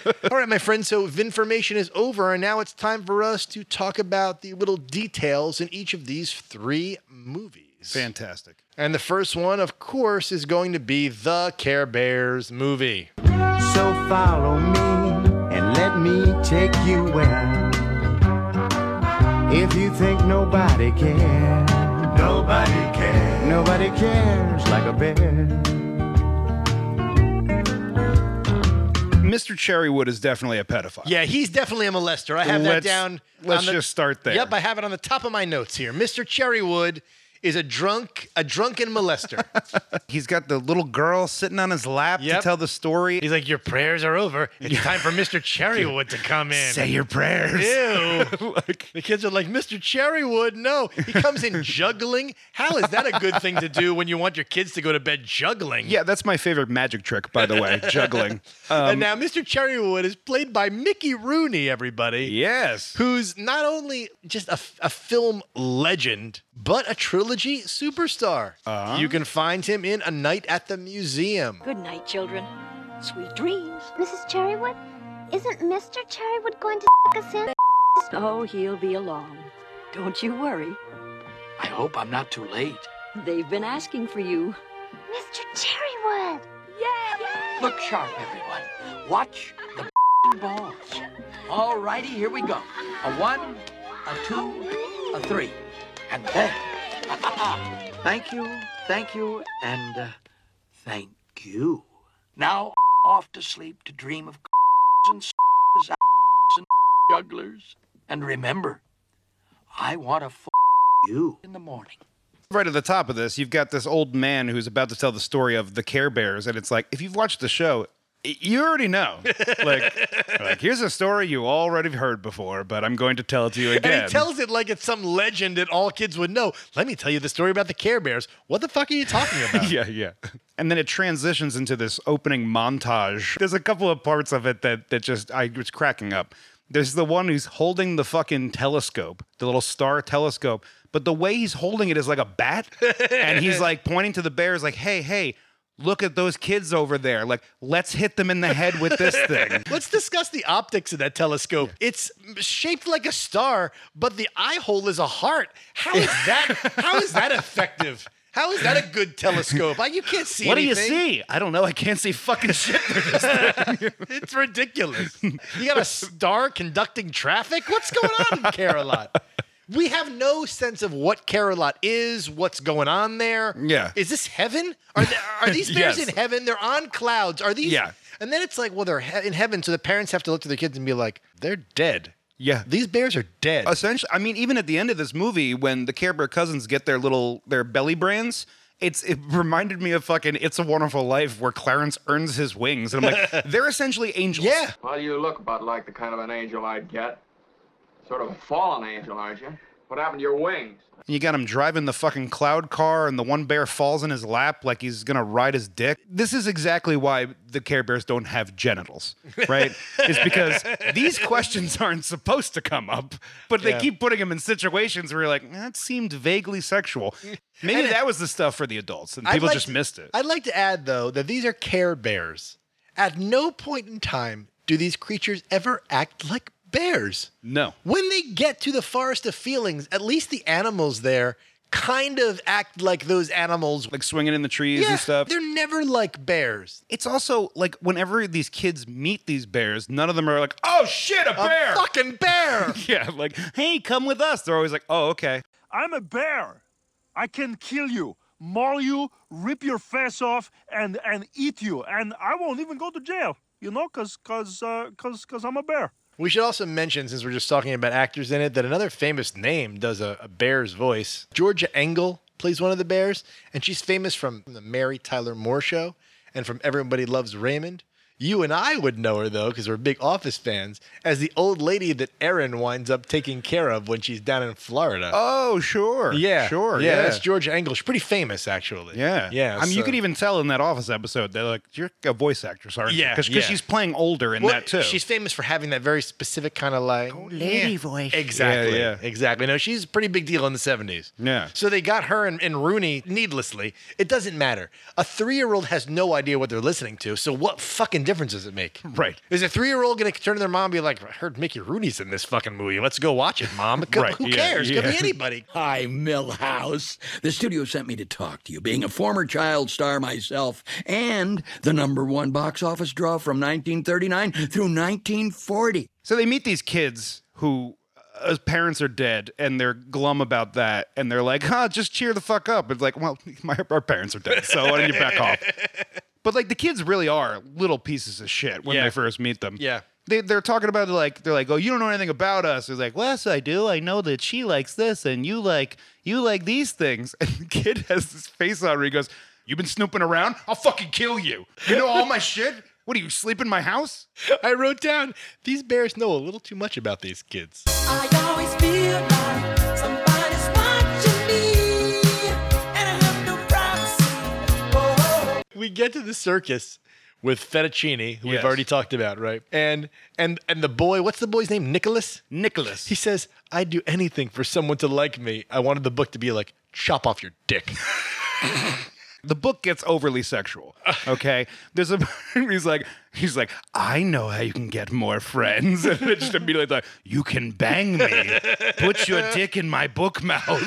[SPEAKER 4] T.
[SPEAKER 3] T. All right, my friend. So Vinformation is over, and now it's time for us to talk about the little details in each of these three movies.
[SPEAKER 4] Fantastic.
[SPEAKER 3] And the first one, of course, is going to be the Care Bears movie.
[SPEAKER 2] So follow me and let me take you where. If you think nobody cares, nobody cares, nobody cares like a bear.
[SPEAKER 4] Mr. Cherrywood is definitely a pedophile.
[SPEAKER 3] Yeah, he's definitely a molester. I have
[SPEAKER 4] Let's-
[SPEAKER 3] that down.
[SPEAKER 4] let's
[SPEAKER 3] on the-
[SPEAKER 4] just start there.
[SPEAKER 3] Yep, I have it on the top of my notes here. Mr. Cherrywood is a drunk, a drunken molester.
[SPEAKER 4] He's got the little girl sitting on his lap
[SPEAKER 3] Yep.
[SPEAKER 4] to tell the story.
[SPEAKER 3] he's like, "Your prayers are over. It's time for Mr. Cherrywood to come in."
[SPEAKER 4] Say your prayers.
[SPEAKER 3] Ew. the kids are like, Mr. Cherrywood, no. He comes in juggling. How is that a good thing to do when you want your kids to go to bed juggling?
[SPEAKER 4] Yeah, Um, that's my favorite magic trick, by the way, juggling.
[SPEAKER 3] and now Mr. Cherrywood is played by Mickey Rooney, everybody.
[SPEAKER 4] Yes.
[SPEAKER 3] Who's not only just a, f- a film legend, but a trilogy superstar.
[SPEAKER 4] Uh-huh.
[SPEAKER 3] You can find him in A Night at the Museum.
[SPEAKER 12] Good night, children. Sweet dreams.
[SPEAKER 2] Mrs. Cherrywood, isn't Mr. Cherrywood going to us in?
[SPEAKER 12] Oh, he'll be along. Don't you worry.
[SPEAKER 11] I hope I'm not too late.
[SPEAKER 12] They've been asking for you.
[SPEAKER 2] Mr. Cherrywood!
[SPEAKER 11] Look sharp, everyone. Watch the balls. All righty, here we go. A one, a two, a three, and then. thank you, thank you, and uh, thank you. Now off to sleep to dream of and and jugglers. And remember, I want to you in the morning.
[SPEAKER 4] Right at the top of this, you've got this old man who's about to tell the story of the Care Bears, and it's like, if you've watched the show, y- you already know. Like, like here's a story you already heard before, but I'm going to tell it to you again.
[SPEAKER 3] And he tells it like it's some legend that all kids would know. Let me tell you the story about the Care Bears. What the fuck are you talking about?
[SPEAKER 4] yeah, yeah. And then it transitions into this opening montage. There's a couple of parts of it that that just I was cracking up. There's the one who's holding the fucking telescope, the little star telescope, but the way he's holding it is like a bat, and he's like pointing to the bears, like, "Hey, hey, look at those kids over there! Like, let's hit them in the head with this thing."
[SPEAKER 3] Let's discuss the optics of that telescope. It's shaped like a star, but the eye hole is a heart. How is that? how is that effective? How is that a good telescope? Like, you can't see.
[SPEAKER 4] What do
[SPEAKER 3] anything.
[SPEAKER 4] you see? I don't know. I can't see fucking shit.
[SPEAKER 3] It's ridiculous. You got a star conducting traffic. What's going on in Carolot? We have no sense of what Carolot is, what's going on there.
[SPEAKER 4] Yeah.
[SPEAKER 3] Is this heaven? Are, the are these bears
[SPEAKER 4] Yes.
[SPEAKER 3] in heaven? They're on clouds. Are these?
[SPEAKER 4] Yeah.
[SPEAKER 3] And then it's like, well, they're he- in heaven, so the parents have to look to their kids and be like, they're dead.
[SPEAKER 4] Yeah.
[SPEAKER 3] These bears are dead.
[SPEAKER 4] Essentially, I mean, even at the end of this movie, when the Care Bear cousins get their little their belly brands, it's it reminded me of fucking "It's a Wonderful Life" where Clarence earns his wings, and I'm like, they're essentially angels. Yeah.
[SPEAKER 13] Well, you look about like the kind of an angel I'd get. Sort of a fallen angel, aren't you? What happened to your wings?
[SPEAKER 4] And you got him driving the fucking cloud car, and the one bear falls in his lap like he's gonna ride his dick. This is exactly why the Care Bears don't have genitals, right? it's because these questions aren't supposed to come up, but
[SPEAKER 3] Yeah.
[SPEAKER 4] they keep putting them in situations where you're like, that seemed vaguely sexual. Maybe
[SPEAKER 3] And-
[SPEAKER 4] that was the stuff for the adults, and
[SPEAKER 3] I'd
[SPEAKER 4] people
[SPEAKER 3] like
[SPEAKER 4] just
[SPEAKER 3] to-
[SPEAKER 4] missed it.
[SPEAKER 3] I'd like to add, though, that these are care bears. At no point in time do these creatures ever act like bears.
[SPEAKER 4] No.
[SPEAKER 3] When they get to the forest of feelings, at least the animals there kind of act like those animals.
[SPEAKER 4] Like swinging in the trees
[SPEAKER 3] yeah,
[SPEAKER 4] and stuff.
[SPEAKER 3] They're never like bears.
[SPEAKER 4] It's also like whenever these kids meet these bears, none of them are like, oh shit, a bear!
[SPEAKER 3] fucking bear!
[SPEAKER 4] yeah, like, hey, come with us. They're always like, oh, okay.
[SPEAKER 14] I'm a bear. I can kill you, maul you, rip your face off, and and eat you, and I won't even go to jail. You know, cause cause uh, cause cause I'm a bear.
[SPEAKER 3] We should also mention, since we're just talking about actors in it, that another famous name does a, a bear's voice. Georgia Engel plays one of the bears, and she's famous from the Mary Tyler Moore show and from Everybody Loves Raymond. You and I would know her, though, because we're big Office fans, as the old lady that Erin winds up taking care of when she's down in Florida.
[SPEAKER 4] Oh, sure.
[SPEAKER 3] yeah.
[SPEAKER 4] Sure.
[SPEAKER 3] Yeah, that's Georgia Engel. She's pretty famous, actually.
[SPEAKER 4] Yeah.
[SPEAKER 3] Yeah.
[SPEAKER 4] I mean, you
[SPEAKER 3] so-
[SPEAKER 4] could even tell in that Office episode, they're like, you're a voice actress, aren't you?
[SPEAKER 3] Yeah,
[SPEAKER 4] Because
[SPEAKER 3] yeah.
[SPEAKER 4] she's playing older in
[SPEAKER 3] Well,
[SPEAKER 4] that, too.
[SPEAKER 3] She's famous for having that very specific kind of like old
[SPEAKER 4] lady
[SPEAKER 3] voice. Exactly.
[SPEAKER 4] Yeah,
[SPEAKER 3] Exactly. No, she's a pretty big deal in the 70s.
[SPEAKER 4] Yeah.
[SPEAKER 3] So they got her and, and Rooney needlessly. It doesn't matter. A three year old has no idea what they're listening to. So what fucking difference does it make?
[SPEAKER 4] Right.
[SPEAKER 3] Is a three year old going to turn to their mom and be like, I heard Mickey Rooney's in this fucking movie. Let's go watch it, mom. It could-
[SPEAKER 11] Right,
[SPEAKER 3] Who
[SPEAKER 11] yeah,
[SPEAKER 3] cares? It could be
[SPEAKER 11] yeah.
[SPEAKER 3] anybody.
[SPEAKER 11] Hi, Millhouse. The studio sent me to talk to you. Being a former child star myself and the number one box office draw from 1939 through 1940.
[SPEAKER 4] So they meet these kids who uh, his parents are dead and they're glum about that and they're like, huh, just cheer the fuck up. It's like, well, my, our parents are dead, so why don't you back off? But like the kids really are little pieces of shit when
[SPEAKER 3] Yeah.
[SPEAKER 4] they first meet them.
[SPEAKER 3] Yeah.
[SPEAKER 4] They, they're talking about like they're like oh you don't know anything about us it's like well yes I do I know that she likes this and you like you like these things and the kid has this face on where he goes you've been snooping around I'll fucking kill you you know all my shit what do you sleep in my house
[SPEAKER 3] I wrote down these bears know a little too much about these kids.
[SPEAKER 2] I always feel like somebody's watching me, and I have no privacy. Oh,
[SPEAKER 3] we get to the circus with fettuccine who we've
[SPEAKER 15] Yes.
[SPEAKER 3] already talked about right and and and the boy what's the boy's name nicholas
[SPEAKER 4] nicholas
[SPEAKER 3] he says i'd do anything for someone to like me i wanted the book to be like chop off your dick
[SPEAKER 4] the book gets overly sexual. Okay, there's a he's like he's like I know how you can get more friends, and it's just immediately like you can bang me, put your dick in my book mouth.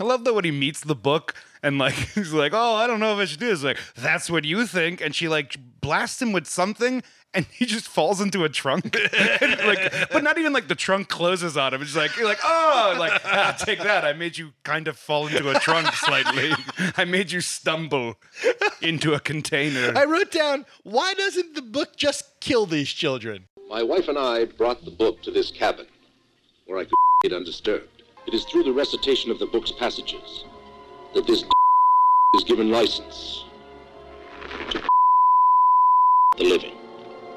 [SPEAKER 4] I love that when he meets the book and like he's like oh I don't know if I should do this like that's what you think, and she like blasts him with something. And he just falls into a trunk, And, like, but not even like the trunk closes on him. It's like you're like, oh, like ah, take that. I made you kind of fall into a trunk slightly. I made you stumble into a container.
[SPEAKER 3] i wrote down why doesn't the book just kill these children
[SPEAKER 16] My wife and I brought the book to this cabin, where I could it undisturbed. It is through the recitation of the book's passages that this is given license to the living.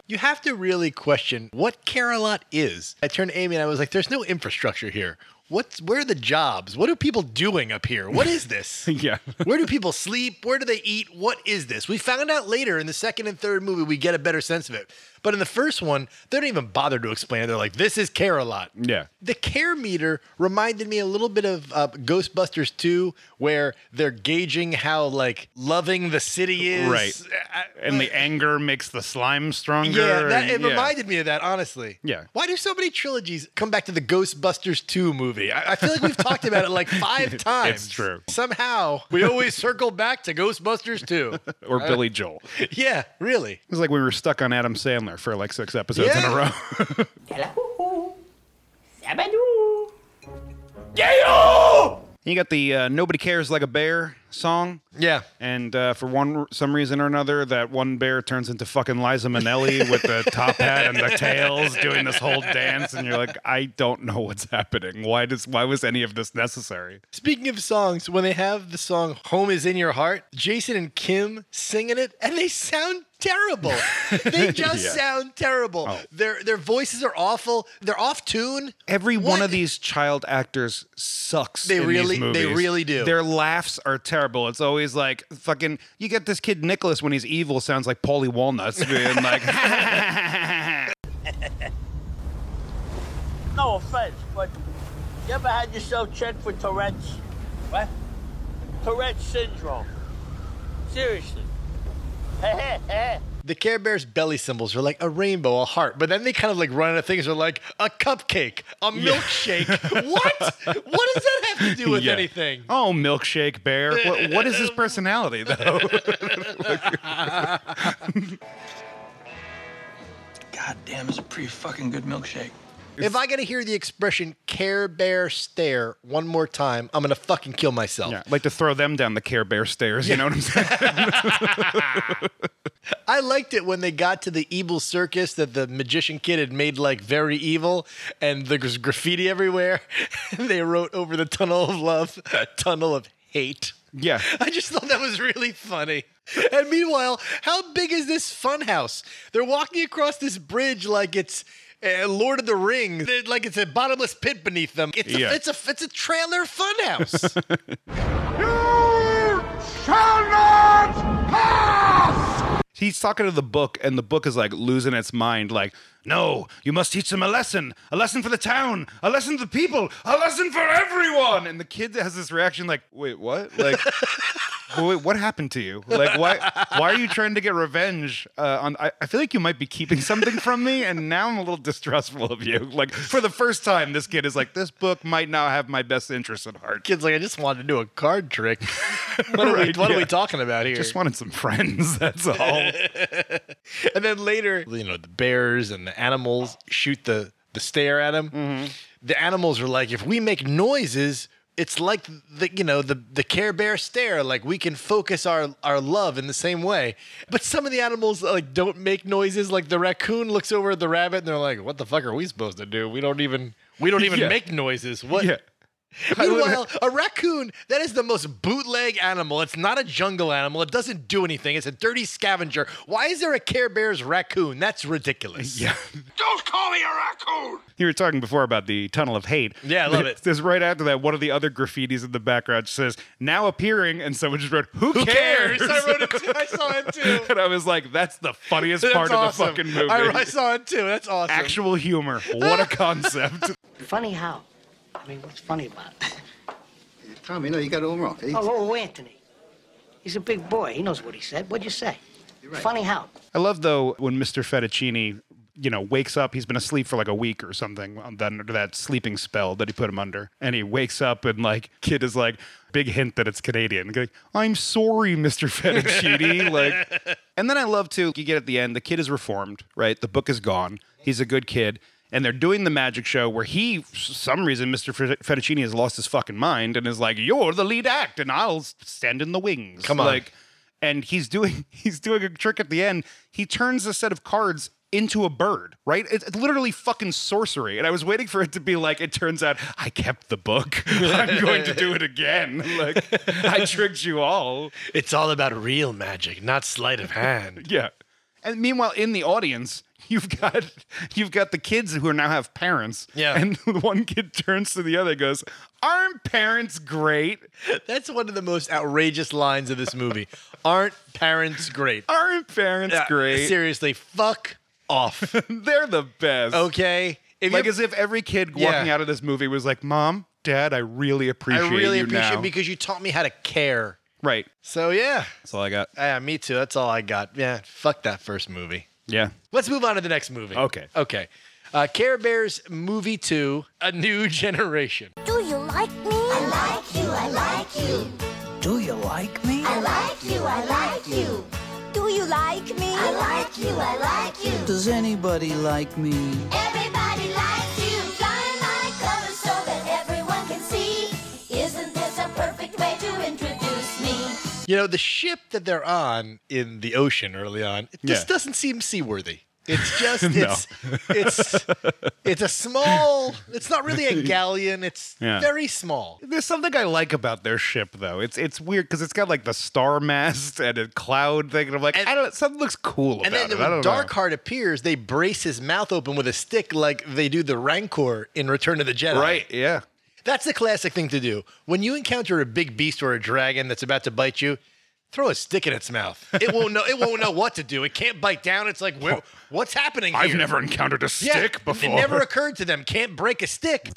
[SPEAKER 3] you have to really question what Carolot is. I turned to Amy and I was like, there's no infrastructure here. What's where are the jobs? What are people doing up here? What is this?
[SPEAKER 4] yeah.
[SPEAKER 3] where do people sleep? Where do they eat? What is this? We found out later in the second and third movie we get a better sense of it. But in the first one, they don't even bother to explain it. They're like, this is Carolot.
[SPEAKER 4] Yeah.
[SPEAKER 3] The care meter reminded me a little bit of uh, Ghostbusters 2, where they're gauging how like loving the city is.
[SPEAKER 4] Right. And the anger makes the slime stronger.
[SPEAKER 3] Yeah, that, it
[SPEAKER 4] and- uh, yeah.
[SPEAKER 3] reminded me of that, honestly.
[SPEAKER 4] Yeah.
[SPEAKER 3] Why do so many trilogies come back to the Ghostbusters 2 movie? I, I feel like we've talked about it like five times.
[SPEAKER 4] It's true.
[SPEAKER 3] Somehow, we always circle back to Ghostbusters 2.
[SPEAKER 4] Or Billy Joel.
[SPEAKER 3] Yeah, really.
[SPEAKER 4] It was like we were stuck on Adam Sandler for like six episodes in a
[SPEAKER 3] Yeah.
[SPEAKER 4] row.
[SPEAKER 2] oh. Zabadoo.
[SPEAKER 4] You got the uh, "Nobody Cares Like a Bear" song.
[SPEAKER 3] Yeah.
[SPEAKER 4] And uh, for one some reason or another, that one bear turns into fucking Liza Minnelli with the top hat and the tails, doing this whole dance, and you're like, I don't know what's happening. Why does why was any of this necessary?
[SPEAKER 3] Speaking of songs, when they have the song Home is in Your Heart, Jason and Kim singing it, and they sound terrible. they just
[SPEAKER 4] Yeah. Oh.
[SPEAKER 3] sound terrible. Their their voices are awful. They're off tune.
[SPEAKER 4] Every one of these child actors sucks.
[SPEAKER 3] They
[SPEAKER 4] in
[SPEAKER 3] really-
[SPEAKER 4] these
[SPEAKER 3] they
[SPEAKER 4] movies.
[SPEAKER 3] really do.
[SPEAKER 4] Their laughs are terrible. It's always like fucking. You get this kid Nicholas when he's evil sounds like Paulie Walnuts being like,
[SPEAKER 15] No offense, but you ever had yourself checked for Tourette's? What? Tourette's syndrome. Seriously.
[SPEAKER 3] The Care Bears belly symbols are like a rainbow, a heart, but then they kind of like run out of things. They're like a cupcake, a milkshake. what? What does that have to do with
[SPEAKER 4] Yeah.
[SPEAKER 3] anything?
[SPEAKER 4] "Oh, milkshake bear, what, what is his personality though?"
[SPEAKER 11] God damn, it's a pretty fucking good milkshake.
[SPEAKER 3] If I gotta hear the expression Care Bear stare one more time, I'm gonna fucking kill myself.
[SPEAKER 4] Yeah, like to throw them down the Care Bear stairs. You know what I'm saying?
[SPEAKER 3] I liked it when they got to the evil circus that the magician kid had made like very evil, and there was graffiti everywhere. they wrote over the tunnel of love, tunnel of hate.
[SPEAKER 4] Yeah.
[SPEAKER 3] I just thought that was really funny. And meanwhile, how big is this fun house? They're walking across this bridge like it's uh, Lord of the Rings, They're- like it's a bottomless pit beneath them. It's,
[SPEAKER 4] Yeah.
[SPEAKER 3] a, it's a it's a trailer fun house.
[SPEAKER 4] He's talking to the book, and the book is like losing its mind. Like, no, you must teach them a lesson, a lesson for the town, a lesson to the people, a lesson for everyone. And the kid has this reaction, like, wait, what? Like, wait, what happened to you? Like, why? Why are you trying to get revenge? Uh, on I, I feel like you might be keeping something from me, and now I'm a little distrustful of you. Like, for the first time, this kid is like, this book might not have my best interests at heart.
[SPEAKER 3] Kid's like, I just wanted to do a card trick. What are, we,
[SPEAKER 4] Right,
[SPEAKER 3] what are
[SPEAKER 4] yeah.
[SPEAKER 3] we talking about here?
[SPEAKER 4] Just wanted some friends. That's all.
[SPEAKER 3] and then later, you know, the bears and the animals shoot the the stare at him.
[SPEAKER 4] Mm-hmm.
[SPEAKER 3] The animals are like, if we make noises, it's like the you know the the Care Bear stare. Like we can focus our our love in the same way. But some of the animals like don't make noises. Like the raccoon looks over at the rabbit and they're like, what the fuck are we supposed to do? We don't even we don't even
[SPEAKER 4] Yeah.
[SPEAKER 3] make noises. What?
[SPEAKER 4] Yeah.
[SPEAKER 3] Meanwhile, a raccoon, that is the most bootleg animal. It's not a jungle animal. It doesn't do anything. It's a dirty scavenger. Why is there a Care Bears raccoon? That's ridiculous.
[SPEAKER 4] Yeah.
[SPEAKER 9] Don't call me a raccoon!
[SPEAKER 4] You were talking before about the tunnel of hate.
[SPEAKER 3] Yeah, I love it.
[SPEAKER 4] This right after that, one of the other graffitis in the background says, "Now appearing," and someone just wrote, "Who,
[SPEAKER 3] Who cares?
[SPEAKER 4] cares?"
[SPEAKER 3] I wrote it too. I saw it too.
[SPEAKER 4] and I was like, "That's the funniest
[SPEAKER 3] That's
[SPEAKER 4] part
[SPEAKER 3] awesome.
[SPEAKER 4] of the fucking movie."
[SPEAKER 3] I, I saw it too. That's awesome.
[SPEAKER 4] Actual humor. What a concept.
[SPEAKER 17] Funny how? I mean, what's funny about it?
[SPEAKER 18] Tommy, no, you got it all wrong.
[SPEAKER 17] Oh, oh, Anthony. He's a big boy. He knows what he said. What'd you say? Funny how?
[SPEAKER 4] I love though when Mr. Fettuccini, you know, wakes up. He's been asleep for like a week or something on that, under that sleeping spell that he put him under, and he wakes up and like kid is like big hint that it's Canadian. Like, I'm sorry, Mr. Fettuccini. like, and then I love too. You get at the end, the kid is reformed, right? The book is gone. He's a good kid. And they're doing the magic show where he, for some reason, Mr. Fet- Fettuccini has lost his fucking mind and is like, "You're the lead act, and I'll stand in the wings."
[SPEAKER 3] Come on.
[SPEAKER 4] like and he's doing he's doing a trick at the end. He turns a set of cards into a bird, right? It's, it's literally fucking sorcery. And I was waiting for it to be like, it turns out I kept the book. I'm going to do it again. Like I tricked you all.
[SPEAKER 3] It's all about real magic, not sleight of hand.
[SPEAKER 4] Yeah. And meanwhile, in the audience, you've got you've got the kids who are now have parents.
[SPEAKER 3] Yeah.
[SPEAKER 4] And one kid turns to the other and goes, Aren't parents great?
[SPEAKER 3] That's one of the most outrageous lines of this movie. Aren't parents great?
[SPEAKER 4] Aren't parents
[SPEAKER 3] Yeah,
[SPEAKER 4] great?
[SPEAKER 3] Seriously, fuck off.
[SPEAKER 4] They're the best.
[SPEAKER 3] Okay. If
[SPEAKER 4] like
[SPEAKER 3] you-
[SPEAKER 4] as if every kid
[SPEAKER 3] Yeah.
[SPEAKER 4] walking out of this movie was like, "Mom, Dad, I really appreciate
[SPEAKER 3] I really
[SPEAKER 4] you
[SPEAKER 3] appreciate
[SPEAKER 4] now."
[SPEAKER 3] it because you taught me how to care.
[SPEAKER 4] right.
[SPEAKER 3] So yeah.
[SPEAKER 4] That's all I got.
[SPEAKER 3] Yeah, me too. That's all I got. Yeah, fuck that first movie.
[SPEAKER 4] Yeah.
[SPEAKER 3] Let's move on to the next movie.
[SPEAKER 4] Okay.
[SPEAKER 3] Okay. Uh, Care Bears Movie 2, A New Generation.
[SPEAKER 19] Do you like me? I like you, I like you.
[SPEAKER 12] Do you like me?
[SPEAKER 19] I like you, I like you. Do you like me? I like you, I like you.
[SPEAKER 12] Does anybody like me?
[SPEAKER 19] Everybody likes you. Flying like covers so that everyone can see. Isn't this
[SPEAKER 3] You know, the ship that they're on in the ocean early on, it just
[SPEAKER 4] Yeah.
[SPEAKER 3] doesn't seem seaworthy. It's just
[SPEAKER 4] No.
[SPEAKER 3] it's it's it's a small. It's not really a galleon. It's
[SPEAKER 4] Yeah.
[SPEAKER 3] very small.
[SPEAKER 4] There's something I like about their ship, though. It's it's weird because it's got like the star mast and a cloud thing, and I'm like, I don't. Something looks cool.
[SPEAKER 3] And
[SPEAKER 4] about
[SPEAKER 3] then
[SPEAKER 4] it. I
[SPEAKER 3] when
[SPEAKER 4] don't know.
[SPEAKER 3] Darkheart appears, they brace his mouth open with a stick like they do the Rancor in Return of the Jedi.
[SPEAKER 4] Right, yeah.
[SPEAKER 3] That's the classic thing to do. When you encounter a big beast or a dragon that's about to bite you, throw a stick in its mouth. It won't know it won't know what to do. It can't bite down. It's like, "Where- what's happening
[SPEAKER 4] I've
[SPEAKER 3] here?"
[SPEAKER 4] never encountered a
[SPEAKER 3] Yeah,
[SPEAKER 4] stick before.
[SPEAKER 3] It never occurred to them. Can't break a stick.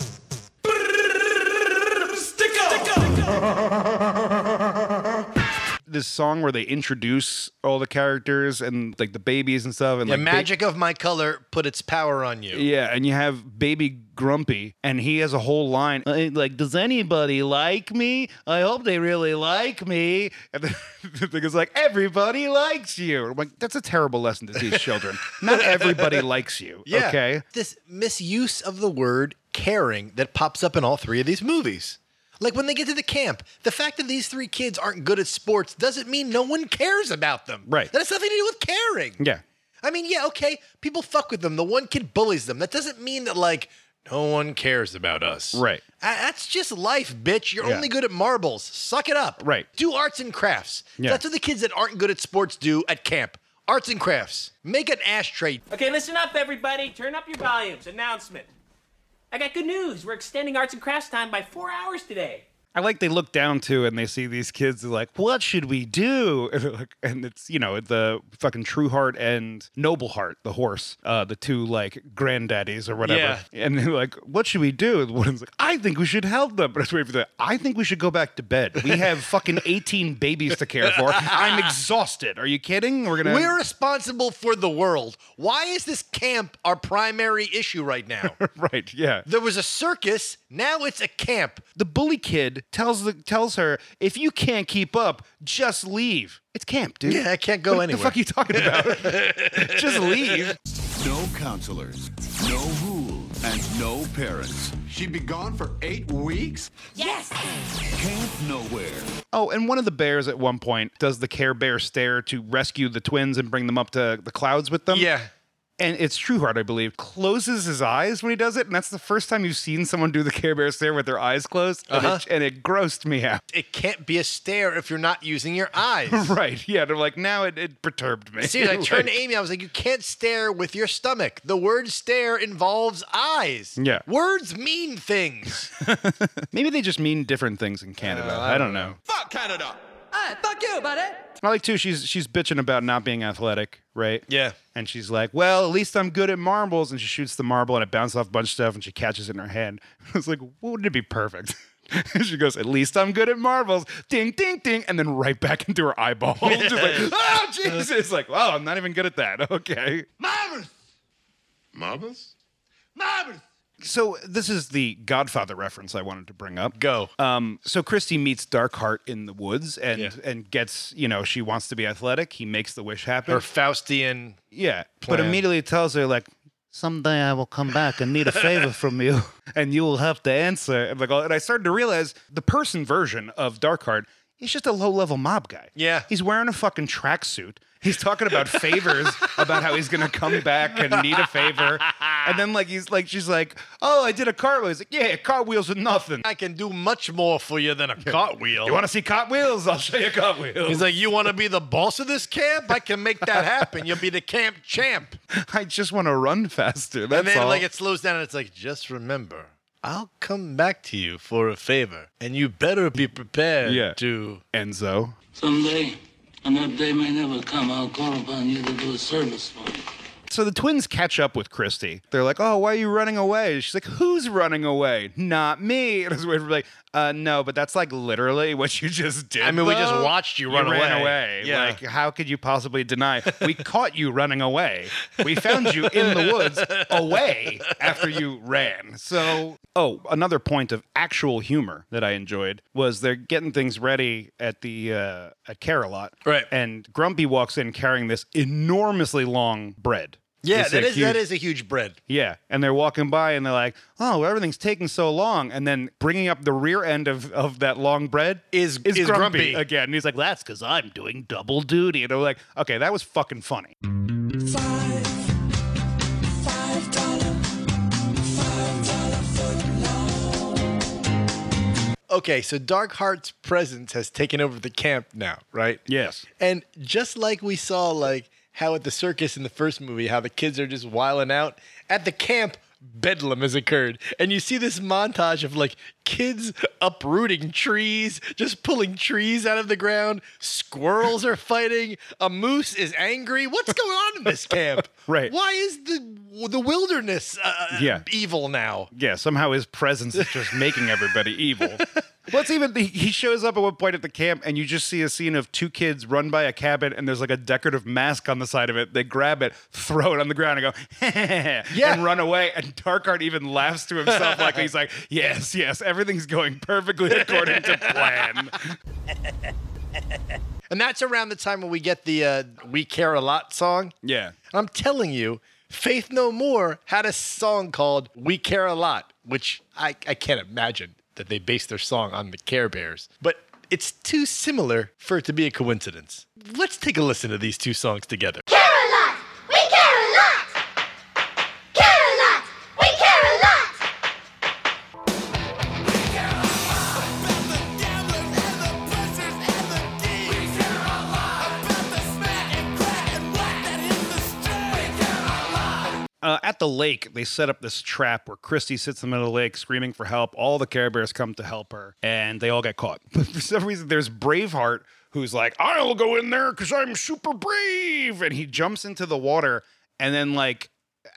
[SPEAKER 4] this song where they introduce all the characters and like the babies and stuff and
[SPEAKER 3] the
[SPEAKER 4] like ba-
[SPEAKER 3] magic of my color put its power on you.
[SPEAKER 4] yeah, and you have Baby Grumpy, and he has a whole line uh, like, "Does anybody like me? I hope they really like me." And the, the thing is like, "Everybody likes you." I'm like, that's a terrible lesson to teach children. Not everybody likes you.
[SPEAKER 3] Yeah.
[SPEAKER 4] Okay.
[SPEAKER 3] This misuse of the word caring that pops up in all three of these movies. Like when they get to the camp, the fact that these three kids aren't good at sports doesn't mean no one cares about them.
[SPEAKER 4] Right.
[SPEAKER 3] That has nothing to do with caring.
[SPEAKER 4] Yeah.
[SPEAKER 3] I mean, yeah, okay, people fuck with them. The one kid bullies them. That doesn't mean that, like, no one cares about us.
[SPEAKER 4] Right.
[SPEAKER 3] Ah, that's just life, bitch. You're
[SPEAKER 4] Yeah.
[SPEAKER 3] only good at marbles. Suck it up.
[SPEAKER 4] Right.
[SPEAKER 3] Do arts and crafts.
[SPEAKER 4] Yeah.
[SPEAKER 3] That's what the kids that aren't good at sports do at camp. Arts and crafts. Make an ashtray.
[SPEAKER 20] Okay, listen up, everybody. Turn up your volumes. Announcement. I got good news. We're extending arts and crafts time by four hours today.
[SPEAKER 4] I like they look down to and they see these kids they're like, "What should we do?" And, they're like, and it's you know the fucking True Heart and Noble Heart, the horse, uh, the two like granddaddies or whatever.
[SPEAKER 3] Yeah.
[SPEAKER 4] And they're like, "What should we do?" And one's like, "I think we should help them." But I was waiting for the, "I think we should go back to bed. We have fucking eighteen babies to care for. I'm exhausted. Are you kidding? We're gonna
[SPEAKER 3] We're responsible for the world. Why is this camp our primary issue right now?
[SPEAKER 4] right, yeah."
[SPEAKER 3] there was a circus, now it's a camp.
[SPEAKER 4] The bully kid tells the tells her, "If you can't keep up, just leave. It's camp, dude.
[SPEAKER 3] Yeah, I can't go
[SPEAKER 4] what
[SPEAKER 3] anywhere.
[SPEAKER 4] The fuck are you talking about? just leave."
[SPEAKER 21] No counselors, no rules, and no parents. She'd be gone for eight weeks? Yes! Camp nowhere.
[SPEAKER 4] Oh, and one of the bears at one point does the Care Bear stare to rescue the twins and bring them up to the clouds with them.
[SPEAKER 3] Yeah.
[SPEAKER 4] And it's Trueheart, I believe, closes his eyes when he does it. And that's the first time you've seen someone do the Care Bear stare with their eyes closed. and it-
[SPEAKER 3] Uh-huh.
[SPEAKER 4] And, it, grossed me out.
[SPEAKER 3] It can't be a stare if you're not using your eyes.
[SPEAKER 4] right. Yeah. They're like, now it, it perturbed me.
[SPEAKER 3] See, I turned to
[SPEAKER 4] Like-
[SPEAKER 3] Amy, I was like, you can't stare with your stomach. The word stare involves eyes.
[SPEAKER 4] Yeah.
[SPEAKER 3] Words mean things.
[SPEAKER 4] Maybe they just mean different things in Canada. Uh, I don't know.
[SPEAKER 22] Fuck Canada! Hey, fuck you, buddy!
[SPEAKER 4] I like too. She's she's bitching about not being athletic, right?
[SPEAKER 3] Yeah.
[SPEAKER 4] And she's like, "Well, at least I'm good at marbles." And she shoots the marble, and it bounces off a bunch of stuff, and she catches it in her hand. I was like, "Wouldn't it be perfect?" she goes, "At least I'm good at marbles." Ding, ding, ding, and then right back into her eyeball. Just like, oh Jesus! Like, wow, I'm not even good at that. Okay.
[SPEAKER 22] Marvelous!
[SPEAKER 4] Marbles.
[SPEAKER 22] Marvelous!
[SPEAKER 4] So this is the Godfather reference I wanted to bring up.
[SPEAKER 3] Go.
[SPEAKER 4] Um, so Christy meets Darkheart in the woods and
[SPEAKER 3] Yeah.
[SPEAKER 4] and gets you know she wants to be athletic. He makes the wish happen.
[SPEAKER 3] Her Faustian.
[SPEAKER 4] Yeah, but
[SPEAKER 3] plan.
[SPEAKER 4] immediately tells her like, "Someday I will come back and need a favor from you, and you will have to answer." And like, and I started to realize the person version of Darkheart is just a low-level mob guy.
[SPEAKER 3] Yeah.
[SPEAKER 4] he's wearing a fucking tracksuit. He's talking about favors, about how he's gonna come back and need a favor, and then like he's like, she's like, "Oh, I did a cartwheel." He's like, "Yeah, cartwheels are nothing.
[SPEAKER 3] I can do much more for you than a cartwheel."
[SPEAKER 4] You want to see cartwheels? I'll show you cartwheels."
[SPEAKER 3] He's like, you want to be the boss of this camp? I can make that happen. You'll be the camp champ.
[SPEAKER 4] "I just want to run faster." That's
[SPEAKER 3] and then
[SPEAKER 4] all.
[SPEAKER 3] like it slows down and it's like, just remember, I'll come back to you for a favor. And you better be prepared
[SPEAKER 4] Yeah.
[SPEAKER 3] to
[SPEAKER 4] Enzo.
[SPEAKER 23] Someday, and that day may never come, I'll call upon you to do a service for me.
[SPEAKER 4] So the twins catch up with Christy. They're like, "Oh, why are you running away?" She's like, "Who's running away? Not me." And I was waiting for like, "Uh, no, but that's like literally what you just did."
[SPEAKER 3] I mean, we just
[SPEAKER 4] though.
[SPEAKER 3] watched you run
[SPEAKER 4] ran
[SPEAKER 3] away.
[SPEAKER 4] away.
[SPEAKER 3] Yeah.
[SPEAKER 4] Like, how could you possibly deny? We caught you running away. We found you in the woods, away after you ran. So, oh, another point of actual humor that I enjoyed was they're getting things ready at the uh, at Carolot, right? And Grumpy walks in carrying this enormously long bread.
[SPEAKER 3] Yeah,
[SPEAKER 4] It's
[SPEAKER 3] that
[SPEAKER 4] a
[SPEAKER 3] is that is a huge bread.
[SPEAKER 4] Yeah, and they're walking by and they're like, "Oh, well, everything's taking so long." And then bringing up the rear end of, of that long bread is is,
[SPEAKER 3] is
[SPEAKER 4] grumpy,
[SPEAKER 3] grumpy.
[SPEAKER 4] again. And he's like, "That's because I'm doing double duty." And I'm like, "Okay, that was fucking funny."
[SPEAKER 3] Okay, so Darkheart's presence has taken over the camp now, right?
[SPEAKER 4] Yes.
[SPEAKER 3] And just like we saw, like how at the circus in the first movie, how the kids are just wiling out at the camp. Bedlam has occurred, and you see this montage of like kids uprooting trees, just pulling trees out of the ground. Squirrels are fighting. A moose is angry. What's going on in this camp?
[SPEAKER 4] Right.
[SPEAKER 3] Why is the the wilderness uh,
[SPEAKER 4] Yeah.
[SPEAKER 3] evil now?
[SPEAKER 4] Yeah, somehow his presence is just making everybody evil. Let's even he- he shows up at one point at the camp and you just see a scene of two kids run by a cabin and there's like a decorative mask on the side of it. They grab it, throw it on the ground and go, and run away. And Darkheart even laughs to himself like he's like, Yes, yes, everything's going perfectly according to plan.
[SPEAKER 3] And that's around the time when we get the uh, "We Care a Lot" song.
[SPEAKER 4] Yeah.
[SPEAKER 3] And I'm telling you, Faith No More had a song called "We Care a Lot," which I, I can't imagine that they based their song on the Care Bears, but it's too similar for it to be a coincidence. Let's take a listen to these two songs together.
[SPEAKER 19] We care a lot. Care a lot. We care a lot.
[SPEAKER 4] Uh, at the lake, they set up this trap where Christy sits in the middle of the lake screaming for help. All the Care Bears come to help her, and they all get caught. But for some reason, there's Braveheart who's like, I'll go in there because I'm super brave. And he jumps into the water and then, like,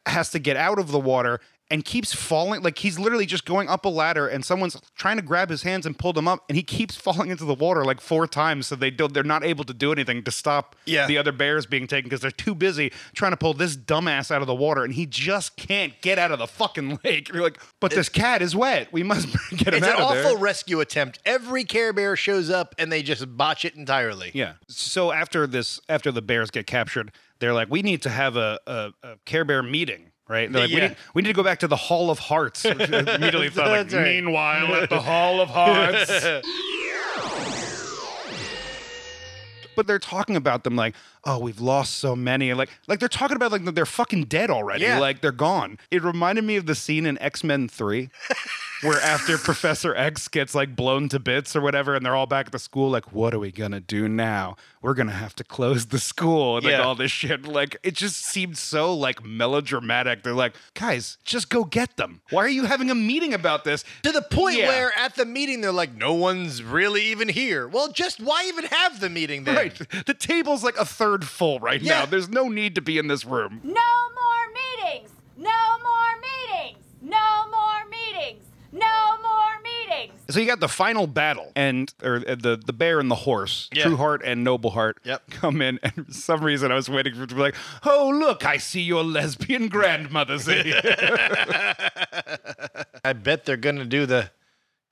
[SPEAKER 4] has to get out of the water and keeps falling. Like, he's literally just going up a ladder, and someone's trying to grab his hands and pull them up, and he keeps falling into the water like four times. So they don't, they're not able to do anything to stop
[SPEAKER 3] Yeah.
[SPEAKER 4] the other bears being taken because they're too busy trying to pull this dumbass out of the water and he just can't get out of the fucking lake. You're like, but this cat is wet. We must get him
[SPEAKER 3] It's an
[SPEAKER 4] out of
[SPEAKER 3] awful
[SPEAKER 4] there.
[SPEAKER 3] rescue attempt. Every Care Bear shows up and they just botch it entirely.
[SPEAKER 4] Yeah. So after this, after the bears get captured, they're like, we need to have a, a, a Care Bear meeting. Right? They're like, we,
[SPEAKER 3] Yeah.
[SPEAKER 4] need, we need to go back to the Hall of Hearts. Which I immediately thought, like,
[SPEAKER 3] That's right.
[SPEAKER 4] meanwhile, at the Hall of Hearts. but they're talking about them like, oh, we've lost so many. and Like, like they're talking about like they're fucking dead already.
[SPEAKER 3] Yeah.
[SPEAKER 4] Like they're gone. It reminded me of the scene in X Men Three, where after Professor X gets like blown to bits or whatever, and they're all back at the school. Like, what are we gonna do now? We're gonna have to close the school and
[SPEAKER 3] Yeah.
[SPEAKER 4] like all this shit. Like, it just seemed so like melodramatic. They're like, guys, just go get them. Why are you having a meeting about this?
[SPEAKER 3] To the point
[SPEAKER 4] Yeah.
[SPEAKER 3] where at the meeting they're like, no one's really even here. Well, just why even have the meeting then?
[SPEAKER 4] Right. The table's like a third full right
[SPEAKER 3] Yeah.
[SPEAKER 4] now. There's no need to be in this room.
[SPEAKER 1] No more meetings! No more meetings! No more meetings! No more meetings!
[SPEAKER 4] So you got the final battle, and or uh, the the bear and the horse, True Heart and Noble Heart, yep. come in. And for some reason, I was waiting for it to be like, "Oh look, I see your lesbian grandmother's here."
[SPEAKER 3] I bet they're gonna do the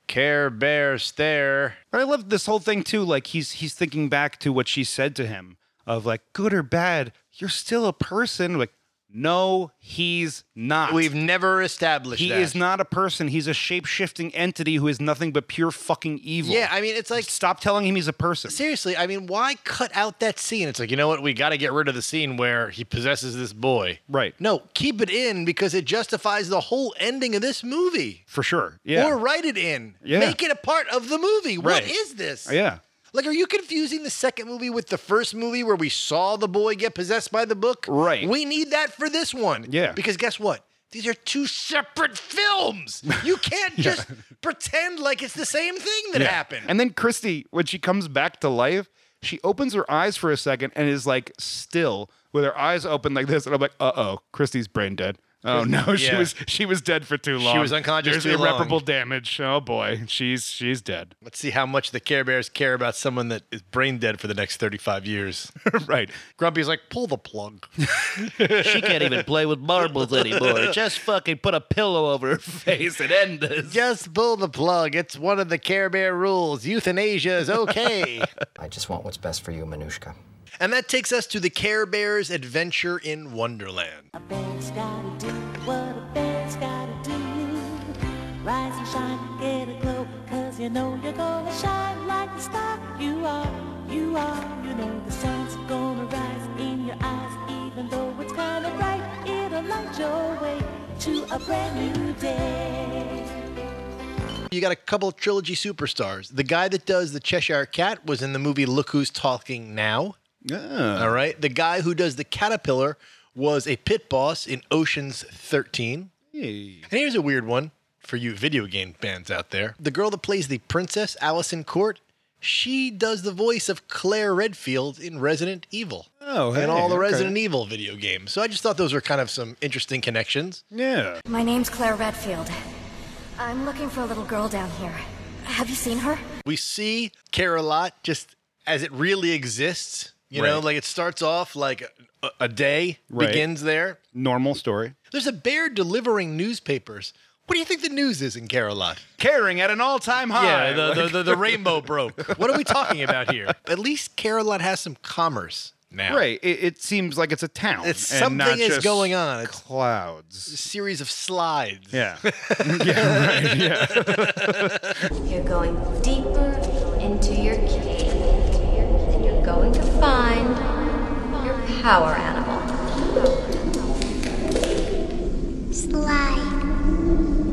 [SPEAKER 3] Care Bear stare.
[SPEAKER 4] but I love this whole thing too. Like he's he's thinking back to what she said to him of like, good or bad, you're still a person. Like, no, he's not.
[SPEAKER 3] We've never established
[SPEAKER 4] he
[SPEAKER 3] that.
[SPEAKER 4] is not a person. He's a shape shifting entity who is nothing but pure fucking evil.
[SPEAKER 3] Yeah, I mean, it's like
[SPEAKER 4] stop telling him he's a person.
[SPEAKER 3] Seriously, I mean, why cut out that scene? It's like you know what? We got to get rid of the scene where he possesses this boy.
[SPEAKER 4] Right.
[SPEAKER 3] No, keep it in because it justifies the whole ending of this movie.
[SPEAKER 4] for sure. Yeah.
[SPEAKER 3] Or write it in.
[SPEAKER 4] Yeah.
[SPEAKER 3] Make it a part of the movie. What
[SPEAKER 4] Right.
[SPEAKER 3] is this?
[SPEAKER 4] Yeah.
[SPEAKER 3] Like, are you confusing the second movie with the first movie where we saw the boy get possessed by the book?
[SPEAKER 4] Right.
[SPEAKER 3] We need that for this one.
[SPEAKER 4] Yeah.
[SPEAKER 3] Because guess what? These are two separate films. You can't just pretend like it's the same thing that
[SPEAKER 4] Yeah.
[SPEAKER 3] happened.
[SPEAKER 4] And then Christy, when she comes back to life, she opens her eyes for a second and is like still with her eyes open like this. And I'm like, uh oh, Christy's brain dead. Oh no, she
[SPEAKER 3] Yeah.
[SPEAKER 4] was she was dead for too
[SPEAKER 3] She
[SPEAKER 4] long.
[SPEAKER 3] was unconscious
[SPEAKER 4] There's
[SPEAKER 3] too long.
[SPEAKER 4] irreparable damage. Oh boy, she's she's dead.
[SPEAKER 3] Let's see how much the Care Bears care about someone that is brain dead for the next 35 years.
[SPEAKER 4] right.
[SPEAKER 3] Grumpy's like, pull the plug.
[SPEAKER 5] She can't even play with marbles anymore. Just fucking put a pillow over her face and end this.
[SPEAKER 3] Just pull the plug. It's one of the Care Bear rules. Euthanasia is okay.
[SPEAKER 6] I just want what's best for you, Manushka.
[SPEAKER 3] And that takes us to the Care Bears Adventure in Wonderland.
[SPEAKER 6] band's gotta do what a band's gotta do. Rise and shine and get a glow, cause you know you're gonna shine like the star you are, you are. You know the sun's gonna rise in your eyes, even though it's kinda bright, it'll light your way to a brand new day.
[SPEAKER 3] You got a couple of trilogy superstars. The guy that does the Cheshire Cat was in the movie Look Who's Talking Now.
[SPEAKER 4] Uh-huh.
[SPEAKER 3] All right. The guy who does the Caterpillar was a pit boss in Ocean's 13. And here's a weird one for you video game fans out there. The girl that plays the princess, Allison Court, she does the voice of Claire Redfield in Resident Evil.
[SPEAKER 4] Oh, hey,
[SPEAKER 3] And all the
[SPEAKER 4] okay.
[SPEAKER 3] Resident Evil video games. So I just thought those were kind of some interesting connections.
[SPEAKER 4] Yeah.
[SPEAKER 7] My name's Claire Redfield. I'm looking for a little girl down here. Have you seen her?
[SPEAKER 3] we see care a lot just as it really exists you know
[SPEAKER 4] Right.
[SPEAKER 3] like it starts off like a, a day
[SPEAKER 4] Right.
[SPEAKER 3] begins there
[SPEAKER 4] Normal story.
[SPEAKER 3] there's a bear delivering newspapers what do you think the news is in Carolot?
[SPEAKER 4] Caring at an all-time high.
[SPEAKER 3] Yeah, the, the,
[SPEAKER 4] Like-
[SPEAKER 3] the, the rainbow broke. What are we talking about here? At least Carolot has some commerce now.
[SPEAKER 4] Right. It, it seems like it's a town.
[SPEAKER 3] It's
[SPEAKER 4] and
[SPEAKER 3] something
[SPEAKER 4] not
[SPEAKER 3] is
[SPEAKER 4] just
[SPEAKER 3] going on. It's
[SPEAKER 4] Clouds.
[SPEAKER 3] a series of slides.
[SPEAKER 4] Yeah. yeah. Right. Yeah.
[SPEAKER 10] You're going deeper into your cave, and you're going to find your power animal.
[SPEAKER 19] Slide.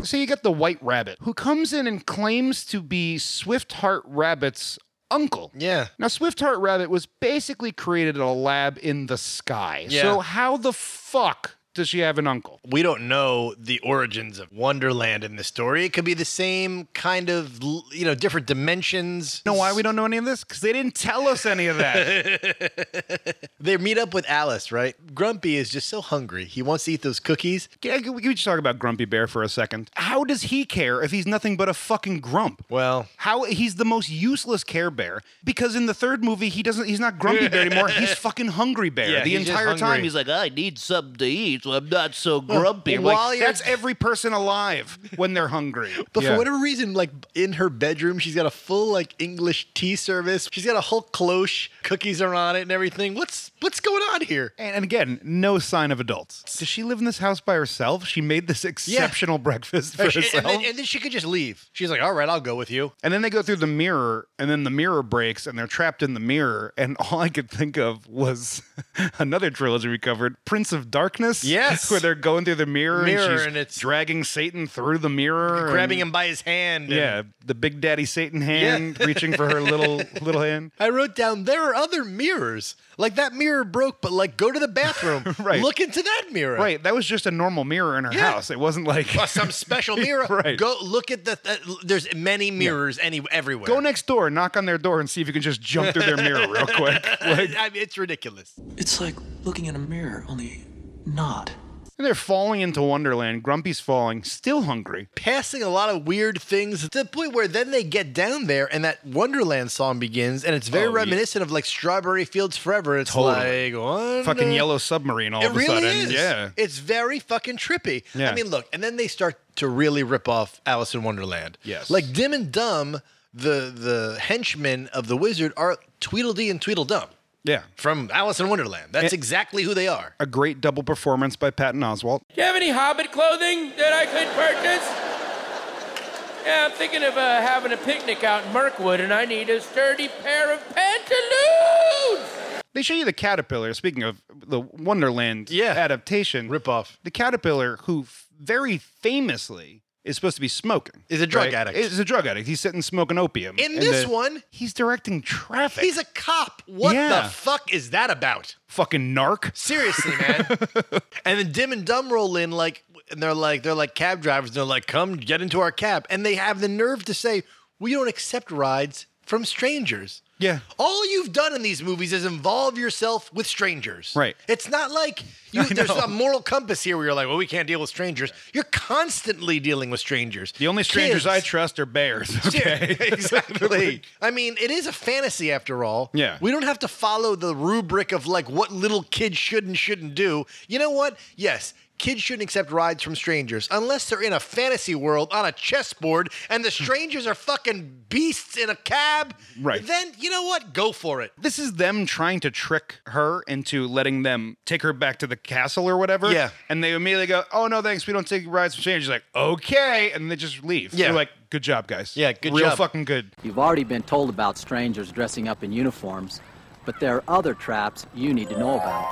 [SPEAKER 4] So you got the white rabbit who comes in and claims to be Swiftheart Rabbit's uncle.
[SPEAKER 3] Yeah.
[SPEAKER 4] Now Swiftheart Rabbit was basically created at a lab in the sky.
[SPEAKER 3] Yeah.
[SPEAKER 4] So how the fuck does she have an uncle?
[SPEAKER 3] we don't know the origins of Wonderland in this story. It could be the same kind of, l- you know, different dimensions.
[SPEAKER 4] Know why we don't know any of this? Because they didn't tell us any of that.
[SPEAKER 3] they meet up with Alice, right? Grumpy is just so hungry. He wants to eat those cookies.
[SPEAKER 4] Yeah, can we can we just talk about Grumpy Bear for a second? How does he care if he's nothing but a fucking grump?
[SPEAKER 3] Well,
[SPEAKER 4] how he's the most useless Care Bear because in the third movie he doesn't he's not Grumpy Bear anymore. He's fucking Hungry Bear
[SPEAKER 5] Yeah,
[SPEAKER 4] the
[SPEAKER 5] he's just
[SPEAKER 4] entire time.
[SPEAKER 5] hungry.
[SPEAKER 4] He's
[SPEAKER 5] like, I need something to eat, so I'm not so grumpy. I'm
[SPEAKER 4] While
[SPEAKER 5] like,
[SPEAKER 4] that's every person alive when they're hungry.
[SPEAKER 3] But
[SPEAKER 4] Yeah.
[SPEAKER 3] for whatever reason, like in her bedroom, she's got a full like English tea service. She's got a whole cloche. Cookies are on it and everything. What's what's going on here?
[SPEAKER 4] And, and again, no sign of adults. Does she live in this house by herself? She made this exceptional breakfast for
[SPEAKER 3] And, she- and
[SPEAKER 4] herself.
[SPEAKER 3] then, and then she could just leave. She's like, all right, I'll go with you.
[SPEAKER 4] And then they go through the mirror, and then the mirror breaks, and they're trapped in the mirror. And all I could think of was another trilogy we covered, Prince of Darkness.
[SPEAKER 3] Yes.
[SPEAKER 4] where they're going through the mirror,
[SPEAKER 3] Mirror,
[SPEAKER 4] and, she's
[SPEAKER 3] and it's-
[SPEAKER 4] dragging Satan through the mirror,
[SPEAKER 3] Grabbing
[SPEAKER 4] and-
[SPEAKER 3] him by his hand. and-
[SPEAKER 4] Yeah, the Big Daddy Satan hand
[SPEAKER 3] Yeah.
[SPEAKER 4] reaching for her little little hand.
[SPEAKER 3] I wrote down there are other mirrors. Like that mirror broke, but like go to the bathroom.
[SPEAKER 4] Right.
[SPEAKER 3] Look into that mirror.
[SPEAKER 4] Right, that was just a normal mirror in her
[SPEAKER 3] Yeah.
[SPEAKER 4] house. It wasn't like
[SPEAKER 3] Or some special mirror.
[SPEAKER 4] Right.
[SPEAKER 3] Go look at the. Uh, there's many mirrors any everywhere.
[SPEAKER 4] Go next door, knock on their door, and see if you can just jump through their mirror real quick. Like,
[SPEAKER 3] I mean, it's ridiculous.
[SPEAKER 24] It's like looking in a mirror, only not.
[SPEAKER 4] and they're falling into Wonderland. Grumpy's falling, still hungry.
[SPEAKER 3] Passing a lot of weird things to the point where then they get down there and that Wonderland song begins and it's very
[SPEAKER 4] Oh, yeah.
[SPEAKER 3] reminiscent of like Strawberry Fields Forever. It's
[SPEAKER 4] Totally.
[SPEAKER 3] like Wonder-
[SPEAKER 4] Fucking yellow submarine all
[SPEAKER 3] it
[SPEAKER 4] of a
[SPEAKER 3] really
[SPEAKER 4] sudden.
[SPEAKER 3] is.
[SPEAKER 4] Yeah.
[SPEAKER 3] It's very fucking trippy.
[SPEAKER 4] Yeah.
[SPEAKER 3] I mean, look, and then they start to really rip off Alice in Wonderland.
[SPEAKER 4] Yes.
[SPEAKER 3] Like Dim and Dumb, the the henchmen of the wizard are Tweedledee and Tweedledum
[SPEAKER 4] Yeah.
[SPEAKER 3] from Alice in Wonderland. That's
[SPEAKER 4] Eh.
[SPEAKER 3] exactly who they are.
[SPEAKER 4] A great double performance by Patton Oswalt.
[SPEAKER 20] Do you have any Hobbit clothing that I could purchase? Yeah, I'm thinking of uh, having a picnic out in Mirkwood, and I need a sturdy pair of pantaloons.
[SPEAKER 4] They show you the caterpillar. Speaking of the Wonderland adaptation, rip
[SPEAKER 3] off
[SPEAKER 4] the caterpillar, who f- very famously is supposed to be smoking.
[SPEAKER 3] Is a drug addict.
[SPEAKER 4] Is a drug addict. He's sitting smoking opium.
[SPEAKER 3] In
[SPEAKER 4] And
[SPEAKER 3] this
[SPEAKER 4] the-
[SPEAKER 3] one,
[SPEAKER 4] he's directing traffic.
[SPEAKER 3] He's a cop. What
[SPEAKER 4] Yeah.
[SPEAKER 3] the fuck is that about?
[SPEAKER 4] fucking narc.
[SPEAKER 3] Seriously, man. and then Dim and Dumb roll in like, and they're like, they're like cab drivers. And they're like, come get into our cab, and they have the nerve to say, we don't accept rides from strangers.
[SPEAKER 4] Yeah.
[SPEAKER 3] All you've done in these movies is involve yourself with strangers.
[SPEAKER 4] Right.
[SPEAKER 3] It's not like you, there's
[SPEAKER 4] know.
[SPEAKER 3] a moral compass here where you're like, well, we can't deal with strangers. You're constantly dealing with strangers.
[SPEAKER 4] The only strangers
[SPEAKER 3] Kids.
[SPEAKER 4] I trust are bears. Okay.
[SPEAKER 3] exactly. I mean, it is a fantasy after all.
[SPEAKER 4] Yeah.
[SPEAKER 3] We don't have to follow the rubric of like what little kids should and shouldn't do. You know what? Yes, kids shouldn't accept rides from strangers unless they're in a fantasy world on a chessboard and the strangers are fucking beasts in a cab.
[SPEAKER 4] Right.
[SPEAKER 3] Then you know what? Go for it.
[SPEAKER 4] This is them trying to trick her into letting them take her back to the castle or whatever.
[SPEAKER 3] Yeah.
[SPEAKER 4] And they immediately go, "Oh no, thanks. We don't take rides for change." She's like, "Okay," and they just leave.
[SPEAKER 3] Yeah.
[SPEAKER 4] They're like, "Good job, guys.
[SPEAKER 3] Yeah, good
[SPEAKER 4] Real
[SPEAKER 3] job.
[SPEAKER 4] fucking good."
[SPEAKER 8] You've already been told about strangers dressing up in uniforms, but there are other traps you need to know about.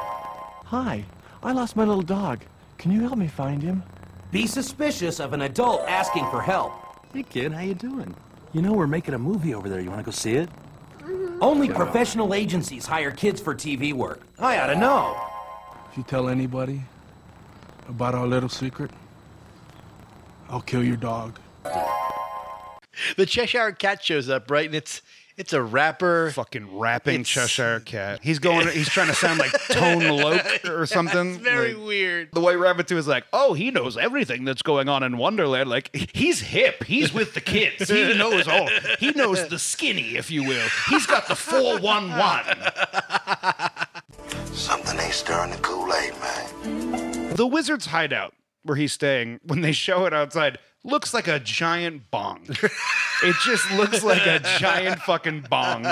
[SPEAKER 13] Hi, I lost my little dog. Can you help me find him?
[SPEAKER 14] Be suspicious of an adult asking for help.
[SPEAKER 13] Hey kid, how you doing? You know we're making a movie over there. You want to go see it?
[SPEAKER 14] Only
[SPEAKER 13] Yeah.
[SPEAKER 14] professional agencies hire kids for TV work. I ought to know.
[SPEAKER 13] If you tell anybody about our little secret, I'll kill your dog.
[SPEAKER 3] The Cheshire Cat shows up, right? And it's it's a rapper.
[SPEAKER 4] Fucking rapping
[SPEAKER 3] It's-
[SPEAKER 4] Cheshire Cat. He's going. He's trying to sound like Tone Loke or something.
[SPEAKER 3] It's very
[SPEAKER 4] Like,
[SPEAKER 3] weird.
[SPEAKER 4] The White Rabbit too is like, oh, he knows everything that's going on in Wonderland. Like he's hip. He's with the kids. He knows all. He knows the skinny, if you will. He's got the four one one.
[SPEAKER 9] Something ain't stirring the Kool-Aid, man.
[SPEAKER 4] The wizard's hideout, where he's staying, when they show it outside, looks like a giant bong. it just looks like a giant fucking bong.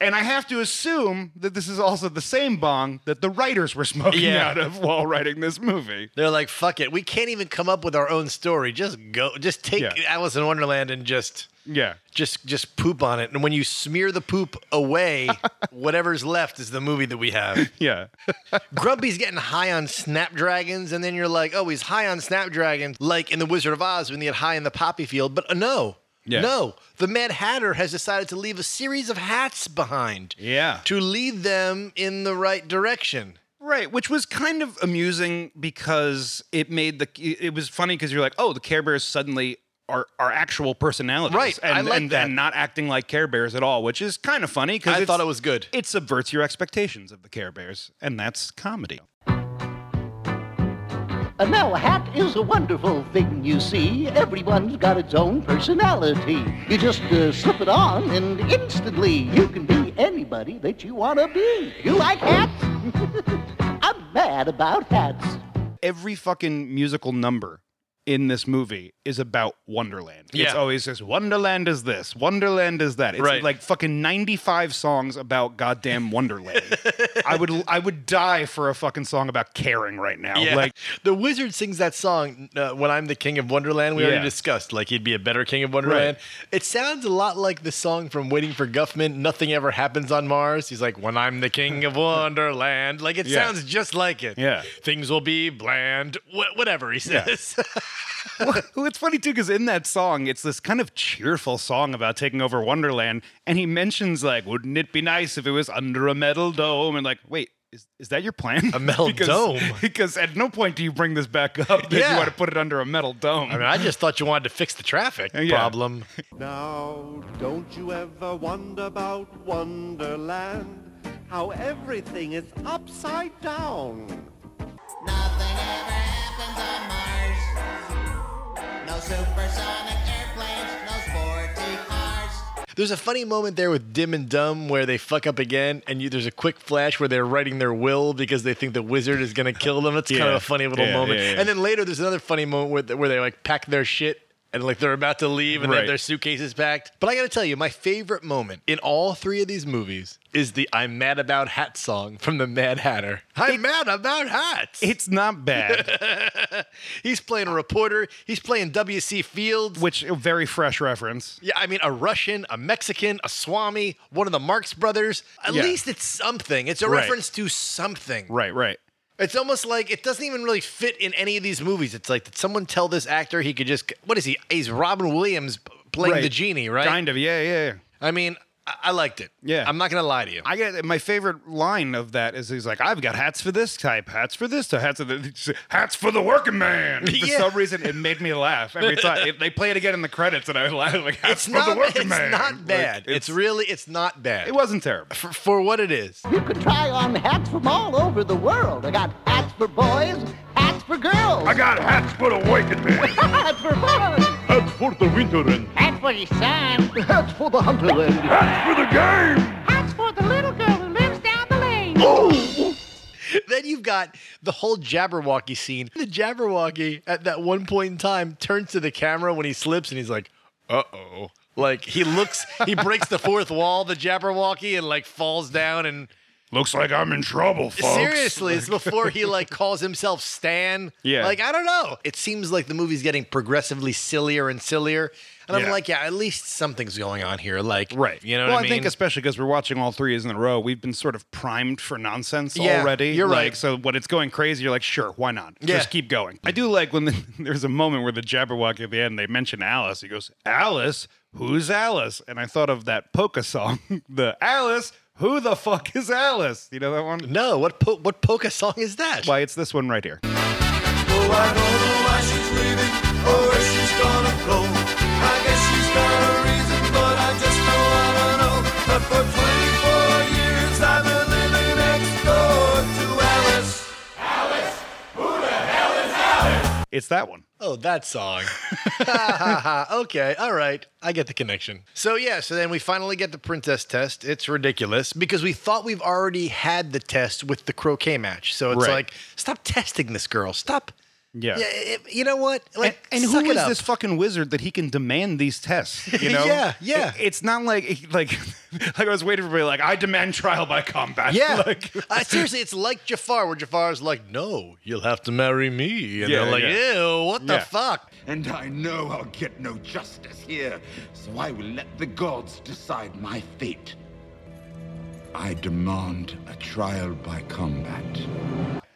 [SPEAKER 4] And I have to assume that this is also the same bong that the writers were smoking
[SPEAKER 3] Yeah.
[SPEAKER 4] out of while writing this movie.
[SPEAKER 3] They're like, fuck it. We can't even come up with our own story. Just go. Just take
[SPEAKER 4] Yeah.
[SPEAKER 3] Alice in Wonderland and just
[SPEAKER 4] Yeah.
[SPEAKER 3] just just poop on it. And when you smear the poop away, whatever's left is the movie that we have.
[SPEAKER 4] Yeah.
[SPEAKER 3] Grumpy's getting high on snapdragons, and then you're like, oh, he's high on snapdragons, like in The Wizard of Oz when they get high in the poppy field. But uh, no,
[SPEAKER 4] Yeah.
[SPEAKER 3] no, the Mad Hatter has decided to leave a series of hats behind
[SPEAKER 4] Yeah.
[SPEAKER 3] to lead them in the right direction.
[SPEAKER 4] Right, which was kind of amusing because it made the it was funny because you're like, oh, the Care Bears suddenly are are actual personalities,
[SPEAKER 3] Right,
[SPEAKER 4] And
[SPEAKER 3] I like
[SPEAKER 4] and,
[SPEAKER 3] that.
[SPEAKER 4] and not acting like Care Bears at all, which is kind of funny because
[SPEAKER 3] I thought it was good.
[SPEAKER 4] It subverts your expectations of the Care Bears, and that's comedy.
[SPEAKER 16] Uh, now, a hat is a wonderful thing, you see. Everyone's got its own personality. You just uh, slip it on, and instantly you can be anybody that you want to be. You like hats? I'm mad about hats.
[SPEAKER 4] Every fucking musical number in this movie is about Wonderland. It's
[SPEAKER 3] Yeah.
[SPEAKER 4] always just Wonderland is this, Wonderland is that. It's
[SPEAKER 3] Right.
[SPEAKER 4] like fucking 95 songs about goddamn Wonderland. I would I would die for a fucking song about caring right now.
[SPEAKER 3] Yeah.
[SPEAKER 4] Like
[SPEAKER 3] the wizard sings that song uh, when I'm the king of Wonderland. We
[SPEAKER 4] Yeah.
[SPEAKER 3] already discussed like he'd be a better king of Wonderland. It sounds a lot like the song from Waiting for Guffman. Nothing ever happens on Mars. He's like, when I'm the king of Wonderland. Like it
[SPEAKER 4] Yeah.
[SPEAKER 3] sounds just like it.
[SPEAKER 4] Yeah.
[SPEAKER 3] things will be bland. Wh- whatever he
[SPEAKER 4] Yeah.
[SPEAKER 3] says.
[SPEAKER 4] well, it's funny too because in that song, it's this kind of cheerful song about taking over Wonderland, and he mentions like, "Wouldn't it be nice if it was under a metal dome?" And like, wait. Is, is that your plan?
[SPEAKER 3] A metal
[SPEAKER 4] because,
[SPEAKER 3] dome?
[SPEAKER 4] Because at no point do you bring this back up that you
[SPEAKER 3] Yeah.
[SPEAKER 4] want to put it under a metal dome.
[SPEAKER 3] I mean, I just thought you wanted to fix the traffic
[SPEAKER 4] Yeah.
[SPEAKER 3] problem.
[SPEAKER 25] Now, don't you ever wonder about Wonderland? How everything is upside down.
[SPEAKER 19] No supersonic airplanes, no sporty cars.
[SPEAKER 3] There's a funny moment there with Dim and Dumb where they fuck up again, and you, there's a quick flash where they're writing their will because they think the wizard is going to kill them. It's kind
[SPEAKER 4] Yeah.
[SPEAKER 3] of a funny little
[SPEAKER 4] Yeah,
[SPEAKER 3] moment.
[SPEAKER 4] yeah, yeah.
[SPEAKER 3] And then later, there's another funny moment where, where they like pack their shit and like they're about to leave and they
[SPEAKER 4] Right.
[SPEAKER 3] have their suitcases packed. But I got to tell you, my favorite moment in all three of these movies is the "I'm Mad About Hat" song from the Mad Hatter. I'm mad about hats.
[SPEAKER 4] It's not bad,
[SPEAKER 3] He's playing a reporter. He's playing W.C. Fields.
[SPEAKER 4] which a very fresh reference.
[SPEAKER 3] Yeah, I mean, a Russian, a Mexican, a Swami, one of the Marx brothers. At
[SPEAKER 4] Yeah.
[SPEAKER 3] least it's something. It's a
[SPEAKER 4] Right.
[SPEAKER 3] reference to something.
[SPEAKER 4] Right, right.
[SPEAKER 3] It's almost like it doesn't even really fit in any of these movies. It's like, did someone tell this actor he could just, what is he? He's Robin Williams p- playing
[SPEAKER 4] Right.
[SPEAKER 3] the genie, right?
[SPEAKER 4] Kind of, yeah, yeah, yeah.
[SPEAKER 3] I mean, I, I liked it.
[SPEAKER 4] Yeah.
[SPEAKER 3] I'm not going to lie to you.
[SPEAKER 4] I get my favorite line of that is he's like, I've got hats for this type, hats for this type, hats for the hats for the working man. For
[SPEAKER 3] Yeah.
[SPEAKER 4] some reason, it made me laugh every time. It- they play it again in the credits, and I laugh like hats
[SPEAKER 3] it's
[SPEAKER 4] for
[SPEAKER 3] not,
[SPEAKER 4] the working
[SPEAKER 3] it's
[SPEAKER 4] man.
[SPEAKER 3] not
[SPEAKER 4] Like,
[SPEAKER 3] bad. it's,
[SPEAKER 4] it's-
[SPEAKER 3] really, it's not bad.
[SPEAKER 4] it wasn't terrible.
[SPEAKER 3] for, for what it is.
[SPEAKER 16] You could try on hats from all over the world. I got hats for boys, hats for girls. I
[SPEAKER 26] got hats for the wicked man.
[SPEAKER 16] hats for fun,
[SPEAKER 26] Hats for the winter and
[SPEAKER 16] hats for the sun, hats for the hunter, and
[SPEAKER 26] hats for the game.
[SPEAKER 16] hats for the little girl who lives down the lane.
[SPEAKER 3] then you've got the whole Jabberwocky scene. The Jabberwocky at that one point in time turns to the camera when he slips and he's like, "Uh oh." Like he looks, he breaks the fourth wall, the Jabberwocky, and like falls down and.
[SPEAKER 26] Looks like I'm in trouble, folks.
[SPEAKER 3] Seriously, it's before he like calls himself Stan.
[SPEAKER 26] Yeah.
[SPEAKER 3] Like I don't know. It seems like the movie's getting progressively sillier and sillier, and I'm
[SPEAKER 4] Yeah.
[SPEAKER 3] like, yeah, at least something's going on here. Like, right? You know
[SPEAKER 4] well,
[SPEAKER 3] what I mean?
[SPEAKER 4] think especially because we're watching all three in a row, we've been sort of primed for nonsense
[SPEAKER 3] Yeah,
[SPEAKER 4] already.
[SPEAKER 3] you're
[SPEAKER 4] Like,
[SPEAKER 3] right.
[SPEAKER 4] So when it's going crazy, you're like, sure, why not?
[SPEAKER 3] Yeah.
[SPEAKER 4] Just keep going. I do like when the, there's a moment where the Jabberwocky at the end they mention Alice. He goes, Alice, who's Alice? And I thought of that polka song, the Alice. Who the fuck is Alice? You know that one?
[SPEAKER 3] No. What po- what polka song is that?
[SPEAKER 4] Why, it's this one right here.
[SPEAKER 2] Oh, I don't know why she's leaving or where she's gonna go. I guess she's got a reason, but I just don't wanna know. But for 24 years I've been living next door to Alice.
[SPEAKER 4] It's that one.
[SPEAKER 3] Oh, that song. okay, all right. I get the connection. So, yeah, so then we finally get the princess test. It's ridiculous because we thought we've already had the test with the croquet match. So it's
[SPEAKER 4] Right.
[SPEAKER 3] like, stop testing this girl. Stop.
[SPEAKER 4] Yeah.
[SPEAKER 3] Yeah, it- you know what? Like,
[SPEAKER 4] and
[SPEAKER 3] suck
[SPEAKER 4] who
[SPEAKER 3] it
[SPEAKER 4] is
[SPEAKER 3] up.
[SPEAKER 4] this fucking wizard that he can demand these tests? You know?
[SPEAKER 3] Yeah, yeah.
[SPEAKER 4] It- it's not like like like I was waiting for everybody like I demand trial by combat.
[SPEAKER 3] Yeah.
[SPEAKER 4] Like,
[SPEAKER 3] Uh, seriously, it's like Jafar, where Jafar's like, no, you'll have to marry me. And
[SPEAKER 21] Yeah,
[SPEAKER 3] they're like,
[SPEAKER 21] yeah.
[SPEAKER 3] ew, what the
[SPEAKER 21] Yeah.
[SPEAKER 3] fuck?
[SPEAKER 21] And I know I'll get no justice here, so I will let the gods decide my fate. I demand a trial by combat.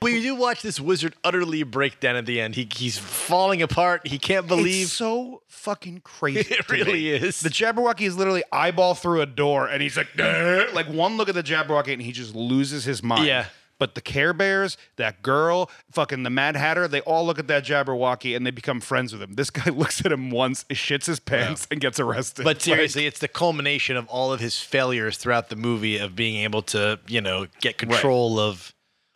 [SPEAKER 3] We do watch this wizard utterly break down at the end. He, he's falling apart. He can't believe.
[SPEAKER 4] It's so fucking crazy.
[SPEAKER 3] It
[SPEAKER 4] to me.
[SPEAKER 3] really is.
[SPEAKER 4] The Jabberwocky is literally eyeball through a door, and he's like, "Grr," like one look at the Jabberwocky, and he just loses his mind.
[SPEAKER 3] Yeah.
[SPEAKER 4] But the Care Bears, that girl, fucking the Mad Hatter, they all look at that Jabberwocky and they become friends with him. This guy looks at him once, shits his pants, and gets arrested.
[SPEAKER 3] But seriously, it's the culmination of all of his failures throughout the movie of being able to, you know, get control of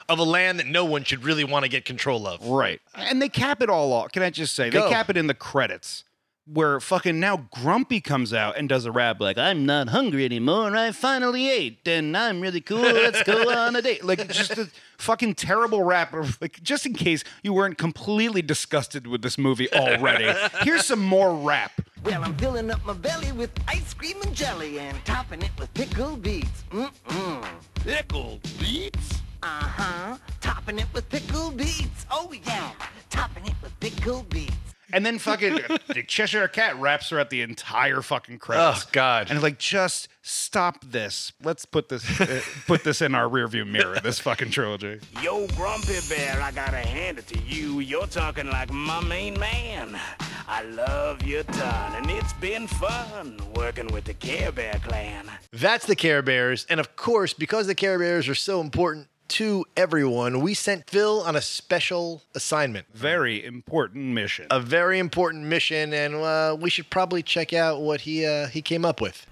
[SPEAKER 3] of a land that no one should really want to get control of.
[SPEAKER 4] Right. And they cap it all off. Can I just say
[SPEAKER 3] Go.
[SPEAKER 4] they cap it in the credits where fucking now Grumpy comes out and does a rap like I'm not hungry anymore. I finally ate, and I'm really cool. Let's go on a date. Like just a fucking terrible rap. of- Like just in case you weren't completely disgusted with this movie already, here's some more rap.
[SPEAKER 11] Well, I'm filling up my belly with ice cream and jelly and topping it with pickled beets. Mm-mm. Pickled beets? Uh-huh. Topping it with pickled beets. Oh, yeah. Topping it with pickled beets.
[SPEAKER 4] And then fucking the Cheshire Cat raps throughout the entire fucking credits.
[SPEAKER 3] Oh, God.
[SPEAKER 4] And it's like, just stop this. Let's put this uh, put this in our rearview mirror. This fucking trilogy.
[SPEAKER 11] Yo, Grumpy Bear, I gotta hand it to you. You're talking like my main man. I love your ton, and it's been fun working with the Care Bear clan.
[SPEAKER 3] That's the Care Bears. And of course, because the Care Bears are so important to everyone, we sent Phil on a special assignment.
[SPEAKER 4] Very important mission.
[SPEAKER 3] A very important mission, and uh, we should probably check out what he uh, he came up with.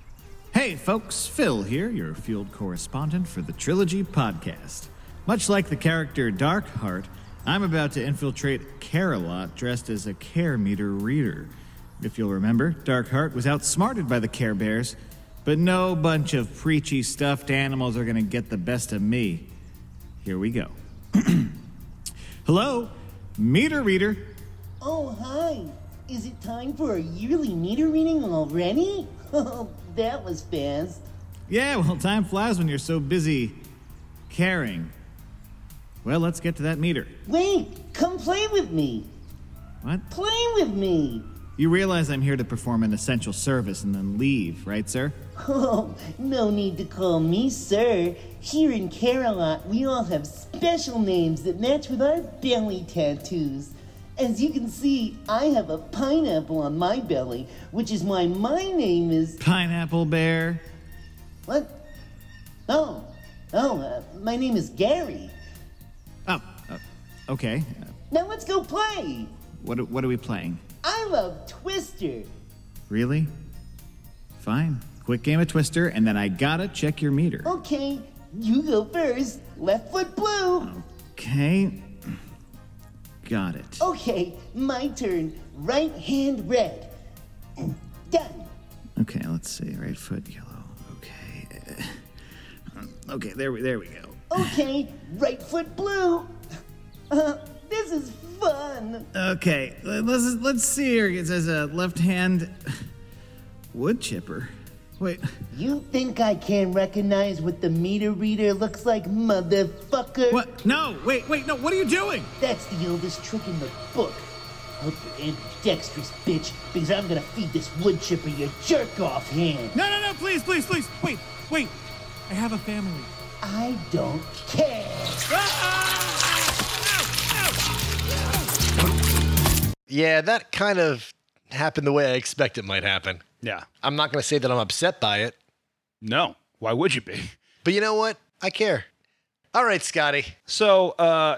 [SPEAKER 12] Hey, folks, Phil here, your field correspondent for the Trilogy Podcast. Much like the character Darkheart, I'm about to infiltrate Carolot dressed as a care meter reader. If you'll remember, Darkheart was outsmarted by the Care Bears, but no bunch of preachy stuffed animals are going to get the best of me. Here we go. Hello, meter reader.
[SPEAKER 15] Oh, hi! Is it time for a yearly meter reading already? Oh, that was fast.
[SPEAKER 12] Yeah, well, time flies when you're so busy caring. Well, let's get to that meter.
[SPEAKER 15] Wait, come play with me.
[SPEAKER 12] What?
[SPEAKER 15] Play with me.
[SPEAKER 12] You realize I'm here to perform an essential service and then leave, right, sir?
[SPEAKER 15] Oh, no need to call me sir. Here in Carolot, we all have special names that match with our belly tattoos. As you can see, I have a pineapple on my belly, which is why my name is.
[SPEAKER 12] Pineapple Bear.
[SPEAKER 15] What? Oh, oh, uh, my name is Gary.
[SPEAKER 12] Oh, uh, okay. Uh,
[SPEAKER 15] Now let's go play.
[SPEAKER 12] What, are- what are we playing?
[SPEAKER 15] I love Twister.
[SPEAKER 12] Really? Fine. Quick game of Twister, and then I gotta check your meter.
[SPEAKER 15] Okay, you go first. Left foot blue.
[SPEAKER 12] Okay. Got it.
[SPEAKER 15] Okay, my turn. Right hand red. Done.
[SPEAKER 12] Okay, let's see. Right foot yellow. Okay. Okay, there we there we go.
[SPEAKER 15] Okay, right foot blue. Uh, this is fun.
[SPEAKER 12] Okay, let's let's see here. It says uh, left hand Wood chipper? Wait,
[SPEAKER 15] You think I can't recognize what the meter reader looks like, motherfucker? What?
[SPEAKER 12] No, wait, wait, no, what are you doing?
[SPEAKER 15] That's the oldest trick in the book. I hope you're ambidextrous, bitch, because I'm gonna feed this wood chipper your jerk off hand.
[SPEAKER 12] No, no, no, please, please, please. Wait, wait. I have a family.
[SPEAKER 15] I don't care.
[SPEAKER 3] Yeah, that kind of happened the way I expect it might happen.
[SPEAKER 4] Yeah.
[SPEAKER 3] I'm not going to say that I'm upset by it.
[SPEAKER 4] No. Why would you be?
[SPEAKER 3] But you know what? I care. All right, Scotty.
[SPEAKER 4] So, uh,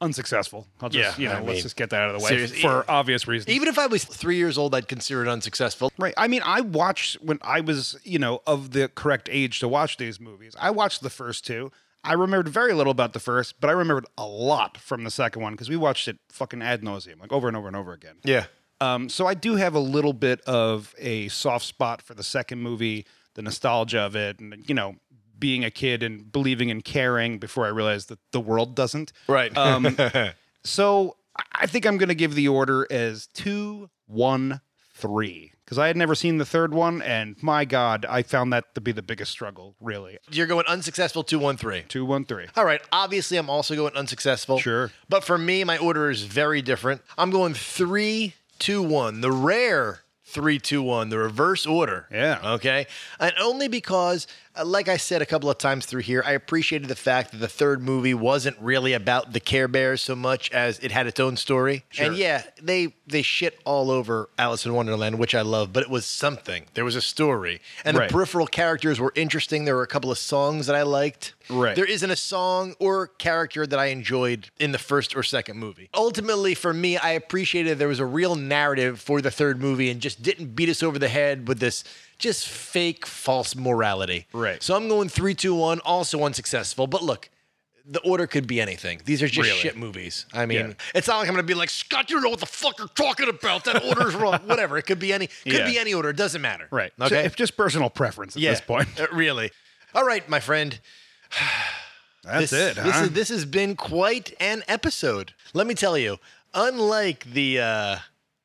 [SPEAKER 4] unsuccessful. I'll just,
[SPEAKER 3] Yeah,
[SPEAKER 4] you know,
[SPEAKER 3] I
[SPEAKER 4] let's
[SPEAKER 3] mean,
[SPEAKER 4] just get that out of the way
[SPEAKER 3] seriously.
[SPEAKER 4] for obvious reasons.
[SPEAKER 3] Even if I was three years old, I'd consider it unsuccessful.
[SPEAKER 4] Right. I mean, I watched when I was, you know, of the correct age to watch these movies. I watched the first two. I remembered very little about the first, but I remembered a lot from the second one because we watched it fucking ad nauseum, like over and over and over again.
[SPEAKER 3] Yeah.
[SPEAKER 4] Um, so I do have a little bit of a soft spot for the second movie, the nostalgia of it, and you know, being a kid and believing and caring before I realized that the world doesn't.
[SPEAKER 3] Right.
[SPEAKER 4] Um, so I- I think I'm going to give the order as two, one, three, because I had never seen the third one, and my God, I found that to be the biggest struggle, really.
[SPEAKER 3] You're going unsuccessful 213.
[SPEAKER 4] Two, one, three.
[SPEAKER 3] All right. Obviously, I'm also going unsuccessful. Sure. But for me, my order is very different. I'm going three, two, one. The rare three, two, one. The reverse order. Yeah. Okay. And only because, uh, like I said a couple of times through here, I appreciated the fact that the third movie wasn't really about the Care Bears so much as it had its own story.
[SPEAKER 4] Sure.
[SPEAKER 3] And yeah, they they shit all over Alice in Wonderland, which I love, but it was something. There was a story, and
[SPEAKER 4] Right.
[SPEAKER 3] the peripheral characters were interesting. There were a couple of songs that I liked.
[SPEAKER 4] Right.
[SPEAKER 3] There isn't a song or character that I enjoyed in the first or second movie. Ultimately, for me, I appreciated there was a real narrative for the third movie and just didn't beat us over the head with this just fake false morality. Right. So I'm going three, two, one. Also unsuccessful, but look. The order could be anything. These are just
[SPEAKER 4] Really?
[SPEAKER 3] shit movies. I mean,
[SPEAKER 4] Yeah.
[SPEAKER 3] it's not like I'm going to be like Scott. You don't know what the fuck you're talking about. That order is wrong. Whatever. It could be any. Could
[SPEAKER 4] Yeah.
[SPEAKER 3] be any order. It doesn't matter.
[SPEAKER 4] Right. So
[SPEAKER 3] Okay.
[SPEAKER 4] if just personal preference at
[SPEAKER 3] Yeah,
[SPEAKER 4] this point.
[SPEAKER 3] uh, really. All right, my friend.
[SPEAKER 4] That's
[SPEAKER 3] this,
[SPEAKER 4] it, huh?
[SPEAKER 3] This, is, this has been quite an episode. Let me tell you, unlike the uh,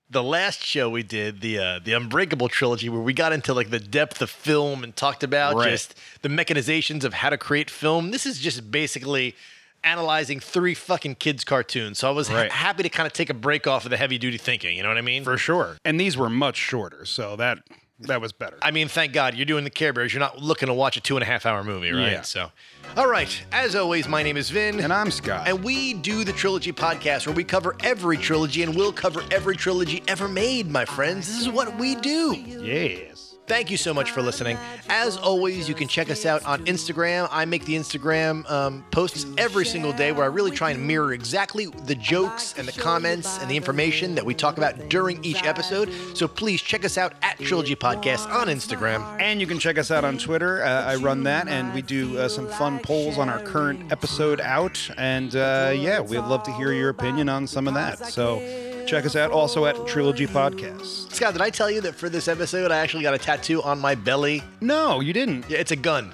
[SPEAKER 3] the last show we did, the uh, the Unbreakable trilogy, where we got into like the depth of film and talked about
[SPEAKER 4] Right.
[SPEAKER 3] just the mechanizations of how to create film. This is just basically analyzing three fucking kids cartoons. So I was ha-
[SPEAKER 4] Right.
[SPEAKER 3] happy to kind of take a break off of the heavy duty thinking. You know what I mean?
[SPEAKER 4] For sure. And these were much shorter, so that that was better.
[SPEAKER 3] I mean, thank God you're doing the Care Bears. You're not looking to watch a two and a half hour movie, right?
[SPEAKER 4] Yeah.
[SPEAKER 3] So, all right. As always, my name is Vin. And
[SPEAKER 4] I'm Scott.
[SPEAKER 3] And we do the Trilogy Podcast where we cover every trilogy and we'll cover every trilogy ever made, my friends. This is what we do.
[SPEAKER 4] Yes.
[SPEAKER 3] Thank you so much for listening. As always, you can check us out on Instagram. I make the Instagram um, posts every single day where I really try and mirror exactly the jokes and the comments and the information that we talk about during each episode. So please check us out at Trilogy Podcast on Instagram.
[SPEAKER 4] And you can check us out on Twitter. Uh, I run that, and we do uh, some fun polls on our current episode out. And uh, yeah, we'd love to hear your opinion on some of that. So check us out also at Trilogy Podcast.
[SPEAKER 3] Scott, did I tell you that for this episode I actually got a tattoo on my belly?
[SPEAKER 4] No, you didn't.
[SPEAKER 3] Yeah, it's a gun.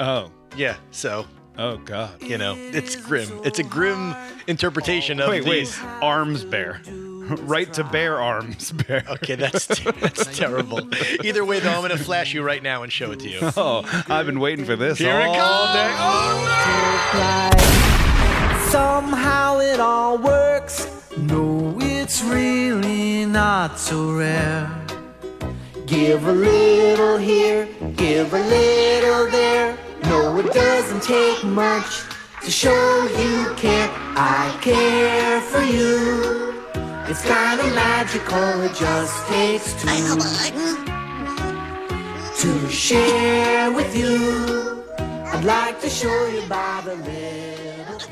[SPEAKER 4] Oh.
[SPEAKER 3] Yeah, so.
[SPEAKER 4] Oh, God.
[SPEAKER 3] You know, it's grim. It's a grim interpretation of
[SPEAKER 4] Wait, wait.
[SPEAKER 3] these.
[SPEAKER 4] Arms bear. right to bear arms bear.
[SPEAKER 3] Okay, that's, that's terrible. Either way, though, I'm going to flash you right now and show it to you.
[SPEAKER 4] Oh, I've been waiting for this
[SPEAKER 3] Here it
[SPEAKER 4] all
[SPEAKER 3] comes.
[SPEAKER 4] day. Oh,
[SPEAKER 1] Somehow it all works. No, it's really not so rare. Give a little here, give a little there. No, it doesn't take much to show you care. I care for you. It's kind of magical, it just takes two to share with you. I'd like to show you by the little.